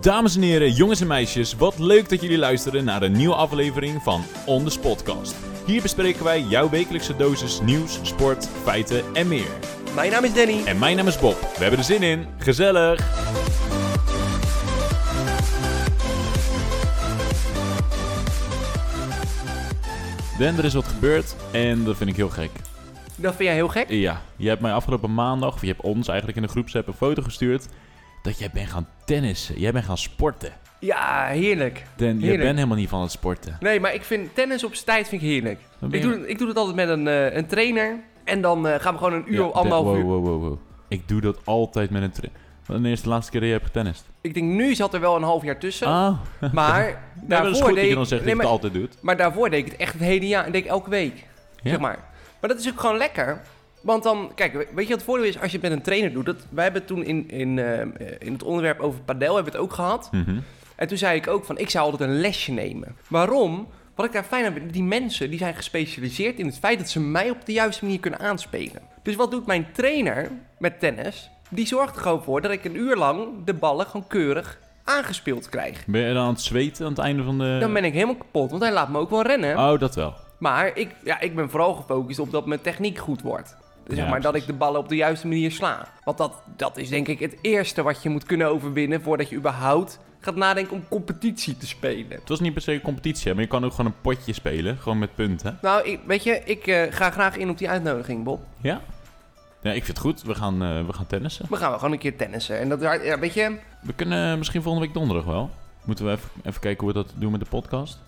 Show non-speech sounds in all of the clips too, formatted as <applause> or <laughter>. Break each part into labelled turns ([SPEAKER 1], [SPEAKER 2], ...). [SPEAKER 1] Dames en heren, jongens en meisjes, wat leuk dat jullie luisteren naar een nieuwe aflevering van On The Spotcast. Hier bespreken wij jouw wekelijkse dosis nieuws, sport, feiten en meer.
[SPEAKER 2] Mijn naam is Danny.
[SPEAKER 1] En mijn naam is Bob. We hebben er zin in. Gezellig. Dan, er is wat gebeurd en dat vind ik heel gek.
[SPEAKER 2] Dat vind jij heel gek?
[SPEAKER 1] Ja, je hebt mij afgelopen maandag, of je hebt ons eigenlijk in de groepsapp een foto gestuurd dat jij bent gaan tennissen. Jij bent gaan sporten.
[SPEAKER 2] Ja, heerlijk.
[SPEAKER 1] Dan, jij
[SPEAKER 2] Heerlijk.
[SPEAKER 1] bent helemaal niet van het sporten.
[SPEAKER 2] Nee, maar ik vind tennis op zijn tijd vind ik heerlijk.
[SPEAKER 1] Dan ben
[SPEAKER 2] Ik
[SPEAKER 1] je-
[SPEAKER 2] doe, ik doe het altijd met een, eh, een trainer. En dan eh, gaan we gewoon een uur,
[SPEAKER 1] Ja,
[SPEAKER 2] of anderhalf
[SPEAKER 1] wow,
[SPEAKER 2] uur.
[SPEAKER 1] Wow, wow, wow. Ik doe dat altijd met een trainer. Wanneer is de laatste keer dat jij hebt getennist?
[SPEAKER 2] Ik denk, nu zat er wel een half jaar tussen.
[SPEAKER 1] Ah, <laughs>
[SPEAKER 2] Maar,
[SPEAKER 1] nou, dat is
[SPEAKER 2] daarvoor
[SPEAKER 1] goed dat
[SPEAKER 2] deed
[SPEAKER 1] je
[SPEAKER 2] ik,
[SPEAKER 1] dan zegt
[SPEAKER 2] nee,
[SPEAKER 1] dat je
[SPEAKER 2] maar,
[SPEAKER 1] het altijd doet.
[SPEAKER 2] maar daarvoor deed ik het echt het hele jaar. Deed ik elke week,
[SPEAKER 1] Ja.
[SPEAKER 2] zeg maar. Maar dat is ook gewoon lekker. Want dan, kijk, weet je wat het voordeel is als je het met een trainer doet? Dat, wij hebben het toen in, in, eh, in het onderwerp over padel hebben we het ook gehad.
[SPEAKER 1] Mhm.
[SPEAKER 2] En toen zei ik ook van, ik zou altijd een lesje nemen. Waarom? Wat ik daar fijn aan vind, die mensen die zijn gespecialiseerd in het feit dat ze mij op de juiste manier kunnen aanspelen. Dus wat doet mijn trainer met tennis? Die zorgt er gewoon voor dat ik een uur lang de ballen gewoon keurig aangespeeld krijg.
[SPEAKER 1] Ben je dan aan het zweten aan het einde van de...
[SPEAKER 2] Dan ben ik helemaal kapot, want hij laat me ook wel rennen.
[SPEAKER 1] Oh, dat wel.
[SPEAKER 2] Maar ik, ja, ik ben vooral gefocust op dat mijn techniek goed wordt. Dus zeg
[SPEAKER 1] Ja,
[SPEAKER 2] maar dat ik
[SPEAKER 1] precies.
[SPEAKER 2] de ballen op de juiste manier sla. Want dat, dat is denk ik het eerste wat je moet kunnen overwinnen voordat je überhaupt gaat nadenken om competitie te spelen.
[SPEAKER 1] Het was niet per se een competitie, hè, maar je kan ook gewoon een potje spelen. Gewoon met punten.
[SPEAKER 2] Nou, ik, weet je, ik eh, ga graag in op die uitnodiging, Bob.
[SPEAKER 1] Ja? Ja, ik vind het goed. We gaan, eh, we gaan tennissen.
[SPEAKER 2] We gaan wel gewoon een keer tennissen. En dat, ja, weet je,
[SPEAKER 1] We kunnen eh, misschien volgende week donderdag wel. Moeten we even, even kijken hoe we dat doen met de podcast.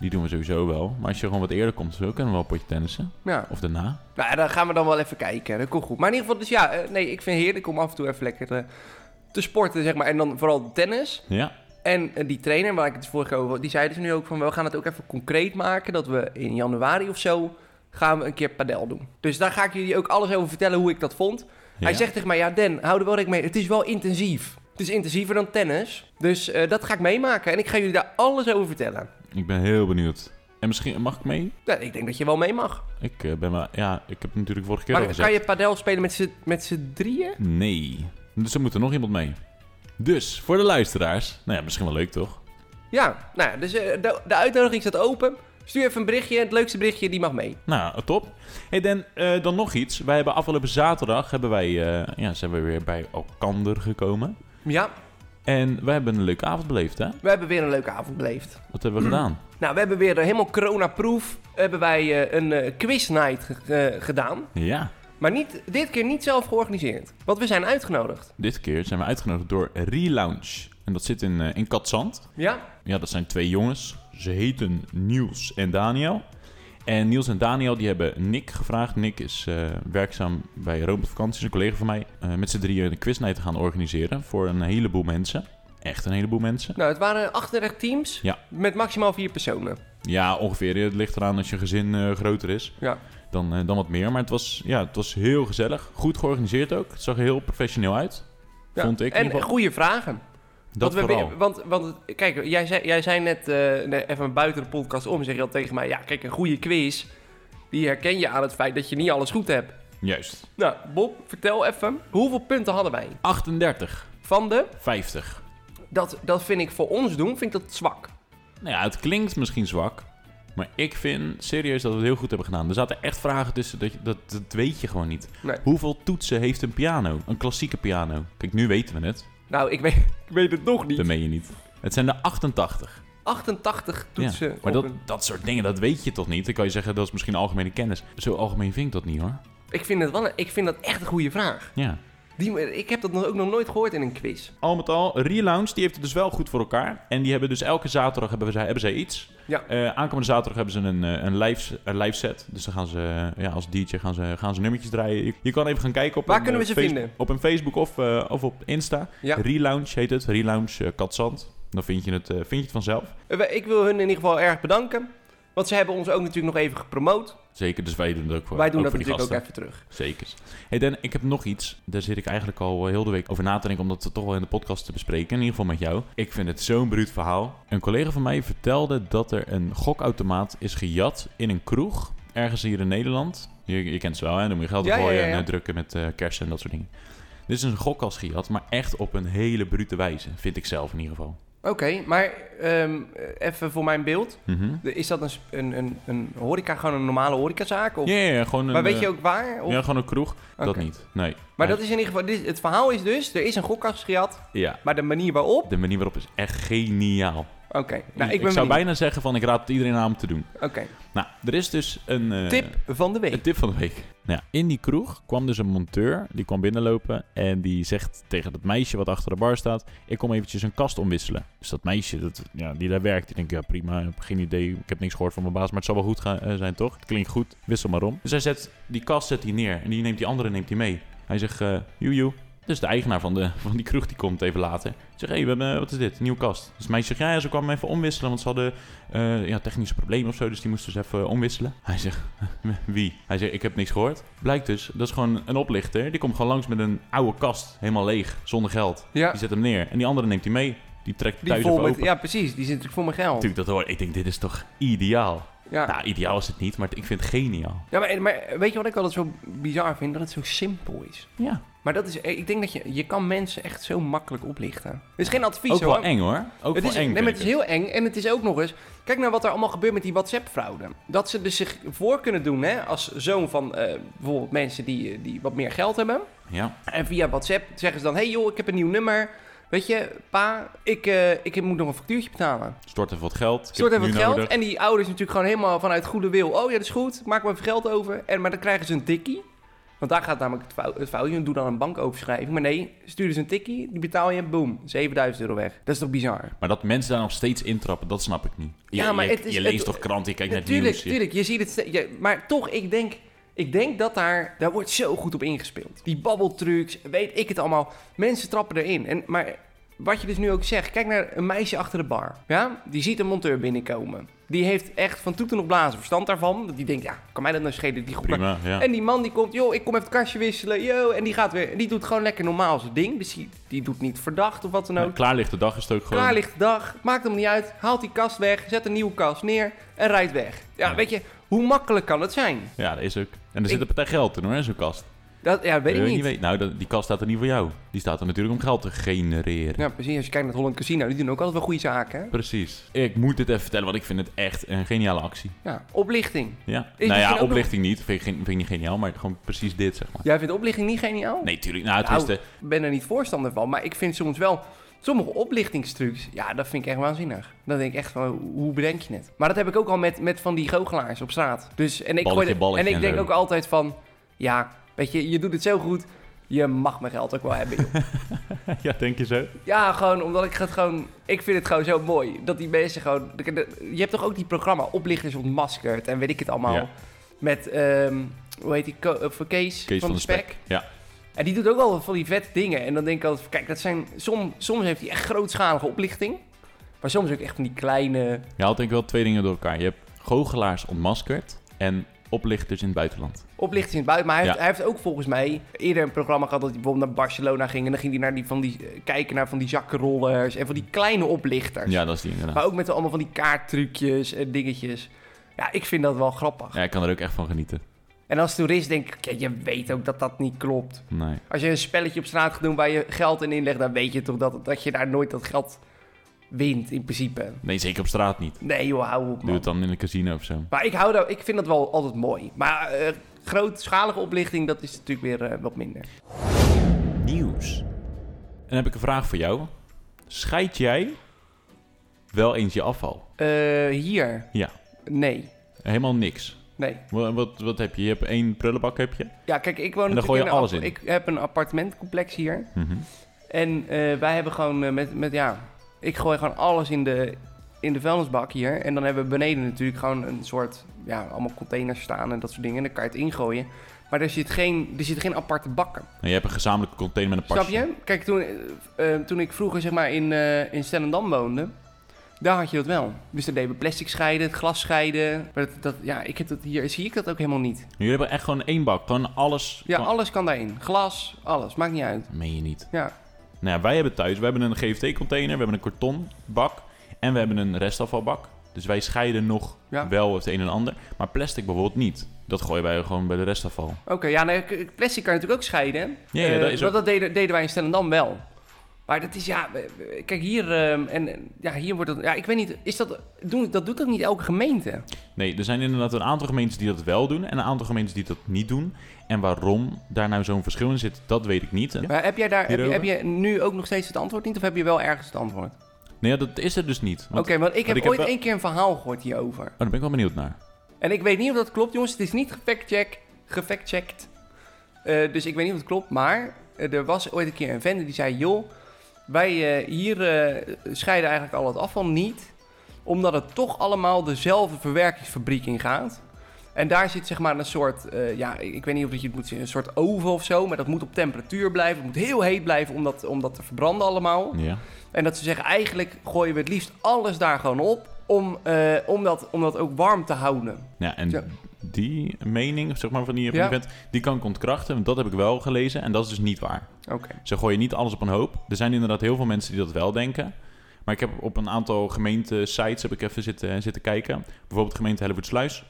[SPEAKER 1] Die doen we sowieso wel. Maar als je gewoon wat eerder komt, zo kunnen we wel een potje tennissen.
[SPEAKER 2] ja.
[SPEAKER 1] Of daarna.
[SPEAKER 2] Nou, ja, dan gaan we dan wel even kijken. Dat komt goed. Maar in ieder geval, dus ja, eh, nee, ik vind het heerlijk om af en toe even lekker te, te sporten, zeg maar. En dan vooral tennis.
[SPEAKER 1] Ja.
[SPEAKER 2] En eh, die trainer, waar ik het vorige keer over die zei dus nu ook van, we gaan het ook even concreet maken. Dat we in januari of zo gaan we een keer padel doen. Dus daar ga ik jullie ook alles over vertellen hoe ik dat vond. Hij
[SPEAKER 1] Ja.
[SPEAKER 2] zegt tegen mij, ja Dan, hou er wel rekening mee. Het is wel intensief. Het is intensiever dan tennis. Dus eh, dat ga ik meemaken. En ik ga jullie daar alles over vertellen.
[SPEAKER 1] Ik ben heel benieuwd. En misschien mag ik mee?
[SPEAKER 2] Ja, ik denk dat je wel mee mag.
[SPEAKER 1] Ik eh, ben maar. Ja, ik heb natuurlijk vorige keer al
[SPEAKER 2] Maar kan
[SPEAKER 1] gezegd.
[SPEAKER 2] je padel spelen met z'n- met z'n drieën?
[SPEAKER 1] Nee. Dus er moet er nog iemand mee. Dus voor de luisteraars. Nou ja, misschien wel leuk toch?
[SPEAKER 2] Ja, nou ja, dus eh, de, de uitnodiging staat open. Stuur even een berichtje. Het leukste berichtje, die mag mee.
[SPEAKER 1] Nou, top. Hey Dan, eh, dan nog iets. Wij hebben afgelopen zaterdag hebben wij, eh, ja, zijn we weer bij Alkander gekomen.
[SPEAKER 2] Ja,
[SPEAKER 1] En wij hebben een leuke avond beleefd, hè?
[SPEAKER 2] we hebben weer een leuke avond beleefd.
[SPEAKER 1] Wat hebben we gedaan?
[SPEAKER 2] Nou, we hebben weer eh, helemaal corona-proof. Hebben wij eh, een eh, quiz night ge- eh, gedaan.
[SPEAKER 1] Ja,
[SPEAKER 2] Maar niet, dit keer niet zelf georganiseerd. Want we zijn uitgenodigd.
[SPEAKER 1] dit keer zijn we uitgenodigd door Relaunch. En dat zit in, eh, in Katzand.
[SPEAKER 2] Ja?
[SPEAKER 1] Ja, dat zijn twee jongens. Ze heten Niels en Daniel. En Niels en Daniel die hebben Nick gevraagd. Nick is eh, werkzaam bij Rome op vakantie, is een collega van mij. eh, met z'n drieën een quiznight te gaan organiseren voor een heleboel mensen. Echt een heleboel mensen.
[SPEAKER 2] Nou, het waren 38 teams.
[SPEAKER 1] Ja.
[SPEAKER 2] Met maximaal vier personen.
[SPEAKER 1] Ja, ongeveer. Het ligt eraan als je gezin eh, groter is,
[SPEAKER 2] Ja.
[SPEAKER 1] dan, eh, dan wat meer. Maar het was, ja, het was heel gezellig. Goed georganiseerd ook. Het zag er heel professioneel uit.
[SPEAKER 2] ja.
[SPEAKER 1] Vond ik in ieder
[SPEAKER 2] En
[SPEAKER 1] geval.
[SPEAKER 2] goede vragen.
[SPEAKER 1] Dat
[SPEAKER 2] want, we,
[SPEAKER 1] vooral.
[SPEAKER 2] want, want kijk, jij zei, jij zei net eh, nee, even buiten de podcast om, zeg je al tegen mij, ja kijk, een goede quiz, die herken je aan het feit dat je niet alles goed hebt.
[SPEAKER 1] Juist.
[SPEAKER 2] Nou, Bob, vertel even, hoeveel punten hadden wij?
[SPEAKER 1] 38,
[SPEAKER 2] Van de,
[SPEAKER 1] 50.
[SPEAKER 2] dat, dat vind ik voor ons doen, vind ik dat zwak.
[SPEAKER 1] Nou ja, het klinkt misschien zwak. Maar ik vind serieus dat we het heel goed hebben gedaan. Er zaten echt vragen tussen. Dat, je- dat, dat weet je gewoon niet.
[SPEAKER 2] Nee.
[SPEAKER 1] Hoeveel toetsen heeft een piano? Een klassieke piano. Kijk, nu weten we het.
[SPEAKER 2] Nou, ik weet, <laughs> ik weet het nog
[SPEAKER 1] Dat
[SPEAKER 2] niet.
[SPEAKER 1] meen je niet. Het zijn er 88.
[SPEAKER 2] 88 toetsen.
[SPEAKER 1] Ja. Maar
[SPEAKER 2] op
[SPEAKER 1] dat,
[SPEAKER 2] een-
[SPEAKER 1] dat soort dingen, dat weet je toch niet? Dan kan je zeggen, dat is misschien algemene kennis. Zo algemeen vind ik dat niet hoor.
[SPEAKER 2] Ik, vind het wel een- ik vind dat echt een goede vraag.
[SPEAKER 1] Ja.
[SPEAKER 2] Die, ik heb dat nog- ook nog nooit gehoord in een quiz.
[SPEAKER 1] Al met al, Relaunch, die heeft het dus wel goed voor elkaar. En die hebben dus elke zaterdag hebben, we, zij- hebben zij iets.
[SPEAKER 2] Ja.
[SPEAKER 1] Eh, aankomende zaterdag hebben ze een, eh, een, live, een live set. Dus dan gaan ze eh, ja, als DJ gaan ze, gaan ze nummertjes draaien. Je, je kan even gaan kijken op
[SPEAKER 2] Waar
[SPEAKER 1] een,
[SPEAKER 2] kunnen we
[SPEAKER 1] eh,
[SPEAKER 2] ze
[SPEAKER 1] face-
[SPEAKER 2] vinden?
[SPEAKER 1] Op een Facebook of, eh, of op Insta.
[SPEAKER 2] Ja.
[SPEAKER 1] Relaunch heet het. Relaunch eh, Katzand. Dan vind je, het, eh, vind je het vanzelf.
[SPEAKER 2] Eh, wij- Ik wil hun in ieder geval erg bedanken, want ze hebben ons ook natuurlijk nog even gepromoot.
[SPEAKER 1] Zeker, dus wij doen het ook voor
[SPEAKER 2] Wij doen
[SPEAKER 1] ook
[SPEAKER 2] dat
[SPEAKER 1] voor die
[SPEAKER 2] natuurlijk
[SPEAKER 1] gasten.
[SPEAKER 2] ook even terug.
[SPEAKER 1] Zeker. Hey Dan, ik heb nog iets. Daar zit ik eigenlijk al eh, heel de week over na te denken om dat toch wel in de podcast te bespreken. In ieder geval met jou. Ik vind het zo'n bruut verhaal. Een collega van mij vertelde dat er een gokautomaat is gejat in een kroeg. Ergens hier in Nederland. Je, je kent ze wel, hè? Dan moet je geld
[SPEAKER 2] Ja,
[SPEAKER 1] opgooien
[SPEAKER 2] ja, ja, ja.
[SPEAKER 1] en eh, drukken met eh kersen en dat soort dingen. Dit is een gok als gejat, maar echt op een hele brute wijze. Vind ik zelf in ieder geval.
[SPEAKER 2] Oké, maar ehm, even voor mijn beeld.
[SPEAKER 1] Mhm.
[SPEAKER 2] De- Is dat een, s- een, een, een horeca, gewoon een normale horecazaak? Of...
[SPEAKER 1] Ja, ja, ja, gewoon een,
[SPEAKER 2] maar weet je
[SPEAKER 1] eh,
[SPEAKER 2] ook waar? Of-
[SPEAKER 1] ja, gewoon een kroeg. Dat
[SPEAKER 2] Oké.
[SPEAKER 1] niet, nee.
[SPEAKER 2] Maar dat is in ieder geval... Dit, het verhaal is dus, er is een gokkast gejat,
[SPEAKER 1] Ja,
[SPEAKER 2] maar de manier waarop...
[SPEAKER 1] de manier waarop is echt geniaal.
[SPEAKER 2] Oké, nou, ik ben
[SPEAKER 1] zou
[SPEAKER 2] benieuwd.
[SPEAKER 1] bijna zeggen van ik raad het iedereen aan om te doen.
[SPEAKER 2] Oké,
[SPEAKER 1] Nou, er is dus een... eh,
[SPEAKER 2] tip van de
[SPEAKER 1] Een
[SPEAKER 2] week.
[SPEAKER 1] tip van de week. Nou ja, in die kroeg kwam dus een monteur. Die kwam binnenlopen en die zegt tegen dat meisje wat achter de bar staat... Ik kom eventjes een kast omwisselen. Dus dat meisje dat, ja, die daar werkt, die denkt... Ja, prima, ik heb geen idee. Ik heb niks gehoord van mijn baas, maar het zal wel goed gaan, eh, zijn, toch? Het klinkt goed, wissel maar om. Dus hij zet die kast zet hij neer en die neemt die andere neemt hij mee. Hij zegt, eh joe, joe. Dus de eigenaar van, de, van die kroeg die komt even later. Zegt, hé, hey, we hebben, eh, wat is dit? Een nieuwe kast. Dus het meisje zegt, ja, ja, ze kwam even omwisselen, want ze hadden eh, ja, technische problemen of zo. Dus die moesten dus even omwisselen. Hij zegt, <laughs> wie? Hij zei, ik heb niks gehoord. Blijkt dus, dat is gewoon een oplichter. Die komt gewoon langs met een oude kast, helemaal leeg, zonder geld.
[SPEAKER 2] Ja,
[SPEAKER 1] Die zet hem neer. En die andere neemt hij mee. Die trekt
[SPEAKER 2] die
[SPEAKER 1] thuis
[SPEAKER 2] vol
[SPEAKER 1] even
[SPEAKER 2] met,
[SPEAKER 1] open.
[SPEAKER 2] ja, precies. Die zit natuurlijk vol met geld.
[SPEAKER 1] Natuurlijk, dat hoor ik. denk, dit is toch ideaal?
[SPEAKER 2] Ja.
[SPEAKER 1] Nou, ideaal is het niet, maar ik vind het geniaal.
[SPEAKER 2] Ja, maar, maar weet je wat ik altijd zo bizar vind? Dat het zo simpel is.
[SPEAKER 1] Ja,
[SPEAKER 2] Maar dat is, eh, ik denk dat je, je kan mensen echt zo makkelijk oplichten. Het is geen advies
[SPEAKER 1] ook
[SPEAKER 2] hoor.
[SPEAKER 1] wel eng hoor. Ook
[SPEAKER 2] het
[SPEAKER 1] wel
[SPEAKER 2] is,
[SPEAKER 1] eng.
[SPEAKER 2] nee, maar
[SPEAKER 1] vind
[SPEAKER 2] het is
[SPEAKER 1] ik
[SPEAKER 2] heel eng. En het is ook nog eens. Kijk nou wat er allemaal gebeurt met die WhatsApp-fraude. Dat ze dus zich voor kunnen doen hè, als zoon van eh, bijvoorbeeld mensen die, eh, die wat meer geld hebben.
[SPEAKER 1] het. Ja,
[SPEAKER 2] En via WhatsApp zeggen ze dan: hey joh, ik heb een nieuw nummer. Weet je, pa, ik, eh, ik moet nog een factuurtje betalen.
[SPEAKER 1] stort even wat geld. Ik
[SPEAKER 2] Stort
[SPEAKER 1] heb
[SPEAKER 2] even
[SPEAKER 1] het nu
[SPEAKER 2] wat geld.
[SPEAKER 1] nodig.
[SPEAKER 2] En die ouders natuurlijk gewoon helemaal vanuit goede wil. Oh ja, dat is goed. Maak maar even geld over. En, maar dan krijgen ze een tikkie. Want daar gaat namelijk het fou- het foutje. En doe dan een bankoverschrijving. Maar nee, stuur ze een tikkie. Die betaal je. Boom. 7000 euro weg. Dat is toch bizar?
[SPEAKER 1] Maar dat mensen daar nog steeds intrappen, dat snap ik niet. Je,
[SPEAKER 2] Ja, maar
[SPEAKER 1] je,
[SPEAKER 2] het is-
[SPEAKER 1] je
[SPEAKER 2] het-
[SPEAKER 1] leest toch kranten, je kijkt naar het
[SPEAKER 2] Natuurlijk,
[SPEAKER 1] nieuws. je-
[SPEAKER 2] natuurlijk. Je ziet het. ste- je- maar toch, ik denk, ik denk dat daar. Daar wordt zo goed op ingespeeld. Die babbeltrucs, weet ik het allemaal. Mensen trappen erin. En, maar wat je dus nu ook zegt, kijk naar een meisje achter de bar. Ja? Die ziet een monteur binnenkomen. Die heeft echt van toeten op blazen verstand daarvan. Dat die denkt, ja, kan mij dat nou schelen? Die goed
[SPEAKER 1] Prima, ja.
[SPEAKER 2] en die man die komt, joh, ik kom even het kastje wisselen, yo. En die gaat weer, die doet gewoon lekker normaal zijn ding. Dus die, die doet niet verdacht of wat dan ook.
[SPEAKER 1] Nou, klaar ligt de dag is het ook gewoon.
[SPEAKER 2] Klaar ligt de dag, maakt hem niet uit, haalt die kast weg, zet een nieuwe kast neer en rijdt weg. Ja,
[SPEAKER 1] Ja.
[SPEAKER 2] weet je, hoe makkelijk kan het zijn?
[SPEAKER 1] Ja, dat is ook. En er zit
[SPEAKER 2] Ik-
[SPEAKER 1] een partij geld in hoor, in zo'n kast.
[SPEAKER 2] Dat ja, weet ik
[SPEAKER 1] Wil je
[SPEAKER 2] niet.
[SPEAKER 1] weten? Nou, dat- die kast staat er niet voor jou. Die staat er natuurlijk om geld te genereren.
[SPEAKER 2] Ja, precies. Als je kijkt naar het Holland Casino, die doen ook altijd wel goede zaken. Hè?
[SPEAKER 1] Precies. Ik moet dit even vertellen, want ik vind het echt een geniale actie.
[SPEAKER 2] Ja, oplichting.
[SPEAKER 1] Ja.
[SPEAKER 2] Is
[SPEAKER 1] nou
[SPEAKER 2] misschien ook
[SPEAKER 1] ja,
[SPEAKER 2] nog-
[SPEAKER 1] oplichting niet. Vind ik, geen- vind ik niet geniaal, maar gewoon precies dit, zeg maar.
[SPEAKER 2] Jij vindt oplichting niet geniaal?
[SPEAKER 1] Nee, tuurlijk. Nou, het
[SPEAKER 2] Nou,
[SPEAKER 1] is de...
[SPEAKER 2] Ik ben er niet voorstander van, maar ik vind soms wel... Sommige oplichtingstrucs, ja, dat vind ik echt waanzinnig. Dan denk ik echt van, hoe bedenk je het? Maar dat heb ik ook al met, met van die goochelaars op straat. Dus, en ik,
[SPEAKER 1] Balletje,
[SPEAKER 2] gooi de-
[SPEAKER 1] balletje
[SPEAKER 2] en ik
[SPEAKER 1] en
[SPEAKER 2] denk
[SPEAKER 1] zo.
[SPEAKER 2] ook altijd van, ja, weet je, je doet het zo goed. Je mag mijn geld ook wel hebben, joh.
[SPEAKER 1] <laughs> ja, denk je zo?
[SPEAKER 2] Ja, gewoon omdat ik het gewoon... Ik vind het gewoon zo mooi. Dat die mensen gewoon... de- de- Je hebt toch ook die programma Oplichters ontmaskerd en weet ik het allemaal.
[SPEAKER 1] Ja.
[SPEAKER 2] Met, ehm, hoe heet die? Ko- eh, voor Kees,
[SPEAKER 1] Kees
[SPEAKER 2] van, de Spek.
[SPEAKER 1] Ja.
[SPEAKER 2] En die doet ook wel van die vet dingen. En dan denk ik altijd, van, kijk, dat zijn... Som, soms heeft hij echt grootschalige oplichting. Maar soms ook echt van die kleine...
[SPEAKER 1] Je haalt denk ik wel twee dingen door elkaar. Je hebt goochelaars ontmaskerd en oplichters in het buitenland.
[SPEAKER 2] oplichters in het buiten. Maar hij, heeft,
[SPEAKER 1] Ja.
[SPEAKER 2] hij heeft ook volgens mij eerder een programma gehad dat hij bijvoorbeeld naar Barcelona ging. En dan ging hij naar die, van die, eh, kijken naar van die zakkenrollers en van die kleine oplichters.
[SPEAKER 1] Ja, dat is die inderdaad.
[SPEAKER 2] Maar ook met allemaal van die kaarttrucjes en dingetjes. Ja, ik vind dat wel grappig.
[SPEAKER 1] Ja, ik kan er ook echt van genieten.
[SPEAKER 2] En als toerist denk ik, ja, je weet ook dat dat niet klopt.
[SPEAKER 1] Nee.
[SPEAKER 2] Als je een spelletje op straat gaat doen waar je geld in inlegt, dan weet je toch dat, dat je daar nooit dat geld wint in principe.
[SPEAKER 1] Nee, zeker op straat niet.
[SPEAKER 2] Nee joh, hou op
[SPEAKER 1] Doe
[SPEAKER 2] man.
[SPEAKER 1] het dan in een casino of zo.
[SPEAKER 2] Maar ik, hou daar, ik vind dat wel altijd mooi. Maar eh, grootschalige oplichting, dat is natuurlijk weer eh, wat minder.
[SPEAKER 1] Nieuws. En dan heb ik een vraag voor jou. Scheid jij wel eens je afval?
[SPEAKER 2] Eh, hier?
[SPEAKER 1] Ja.
[SPEAKER 2] Nee,
[SPEAKER 1] Helemaal niks.
[SPEAKER 2] nee.
[SPEAKER 1] Wat, wat, wat heb je? Je hebt één prullenbak, heb je?
[SPEAKER 2] Ja, kijk, ik woon
[SPEAKER 1] En dan
[SPEAKER 2] natuurlijk
[SPEAKER 1] gooi je
[SPEAKER 2] in een
[SPEAKER 1] alles
[SPEAKER 2] app-
[SPEAKER 1] in.
[SPEAKER 2] Ik heb een appartementcomplex hier.
[SPEAKER 1] Mhm.
[SPEAKER 2] En eh, wij hebben gewoon eh, met, met, ja, ik gooi gewoon alles in de, in de vuilnisbak hier. En dan hebben we beneden natuurlijk gewoon een soort, ja, allemaal containers staan en dat soort dingen. En dan kan je het ingooien. Maar er zit geen, er zit geen aparte bakken.
[SPEAKER 1] En Nou, je hebt een gezamenlijke container met een pasje.
[SPEAKER 2] Snap je? Kijk, toen, eh, eh, toen ik vroeger zeg maar in, eh in Stellendam woonde, daar had je dat wel. Dus daar deden we plastic scheiden, het glas scheiden. Maar dat, dat, ja, ik heb dat hier, zie ik dat ook helemaal niet.
[SPEAKER 1] Jullie hebben echt gewoon één bak. Gewoon alles.
[SPEAKER 2] Ja,
[SPEAKER 1] kan-
[SPEAKER 2] alles kan daarin. Glas, alles. Maakt niet uit.
[SPEAKER 1] Dat meen je niet.
[SPEAKER 2] Ja,
[SPEAKER 1] Nou ja, wij hebben thuis, we hebben een GFT-container, we hebben een kartonbak en we hebben een restafvalbak. Dus wij scheiden nog
[SPEAKER 2] Ja.
[SPEAKER 1] wel het een en ander. Maar plastic bijvoorbeeld niet. Dat gooien wij gewoon bij de restafval.
[SPEAKER 2] Oké, ja, nou, k- k- plastic kan je natuurlijk ook scheiden.
[SPEAKER 1] Ja, ja,
[SPEAKER 2] Eh,
[SPEAKER 1] dat is ook-
[SPEAKER 2] want deden, deden wij in Stellendam wel. Maar dat is, ja, we- we- kijk, hier, ehm, en, en- ja, hier wordt het, ja, ik weet niet, is dat, doen, dat doet toch niet elke gemeente?
[SPEAKER 1] Nee, er zijn inderdaad een aantal gemeentes die dat wel doen en een aantal gemeentes die dat niet doen. En waarom daar nou zo'n verschil in zit, dat weet ik niet.
[SPEAKER 2] Maar heb jij daar, heb je, heb
[SPEAKER 1] Hierover?
[SPEAKER 2] je nu ook nog steeds het antwoord niet, of heb je wel ergens het antwoord? Oké,
[SPEAKER 1] Nee, ja, dat is er dus niet. Want,
[SPEAKER 2] want ik heb
[SPEAKER 1] ik heb
[SPEAKER 2] ooit
[SPEAKER 1] wel-
[SPEAKER 2] één keer een verhaal gehoord hierover.
[SPEAKER 1] Oh, daar ben ik wel benieuwd naar.
[SPEAKER 2] En ik weet niet of dat klopt, jongens. Het is niet gefactcheck, gefactcheckt. Eh, dus ik weet niet of het klopt. Maar eh, er was ooit een keer een vent die zei... joh, wij eh, hier eh, scheiden eigenlijk al het afval niet... omdat het toch allemaal dezelfde verwerkingsfabriek ingaat. En daar zit zeg maar een soort... eh, ja, ik weet niet of dat je het moet zien, een soort oven of zo... maar dat moet op temperatuur blijven. Het moet heel heet blijven om dat, om dat te verbranden allemaal.
[SPEAKER 1] Ja.
[SPEAKER 2] En dat ze zeggen, eigenlijk gooien we het liefst alles daar gewoon op... om, eh, om, dat, om dat ook warm te houden.
[SPEAKER 1] ja en
[SPEAKER 2] Ja.
[SPEAKER 1] die mening zeg maar, van die, van
[SPEAKER 2] Ja.
[SPEAKER 1] die vent, die kan ik ontkrachten, want dat heb ik wel gelezen en dat is dus niet waar.
[SPEAKER 2] Oké.
[SPEAKER 1] Ze gooien niet alles op een hoop. Er zijn inderdaad heel veel mensen die dat wel denken. Maar ik heb op een aantal gemeentesites heb ik even zitten, zitten kijken. Bijvoorbeeld gemeente Hellevoetsluis.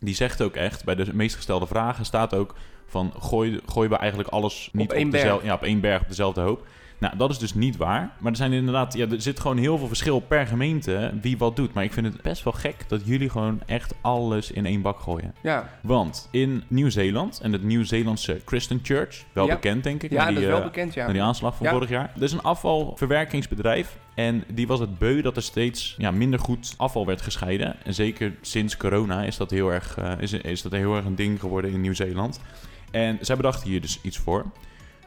[SPEAKER 1] Die zegt ook echt, bij de meest gestelde vragen staat ook van... Gooi, gooien we eigenlijk alles niet op,
[SPEAKER 2] één berg.
[SPEAKER 1] dezelfde, ja, op één berg op dezelfde hoop? Nou, dat is dus niet waar. Maar er, zijn inderdaad, ja, er zit gewoon heel veel verschil per gemeente wie wat doet. Maar ik vind het best wel gek dat jullie gewoon echt alles in één bak gooien.
[SPEAKER 2] Ja,
[SPEAKER 1] Want in Nieuw-Zeeland en het Nieuw-Zeelandse Christian Church... wel
[SPEAKER 2] Ja.
[SPEAKER 1] bekend denk ik.
[SPEAKER 2] ja
[SPEAKER 1] maar
[SPEAKER 2] dat
[SPEAKER 1] die,
[SPEAKER 2] is wel
[SPEAKER 1] eh,
[SPEAKER 2] bekend, ja.
[SPEAKER 1] naar die aanslag van
[SPEAKER 2] Ja.
[SPEAKER 1] vorig jaar. Er is een afvalverwerkingsbedrijf. En die was het beu dat er steeds ja, minder goed afval werd gescheiden. En zeker sinds corona is dat heel erg, eh, is, is dat heel erg een ding geworden in Nieuw-Zeeland. En zij bedachten hier dus iets voor.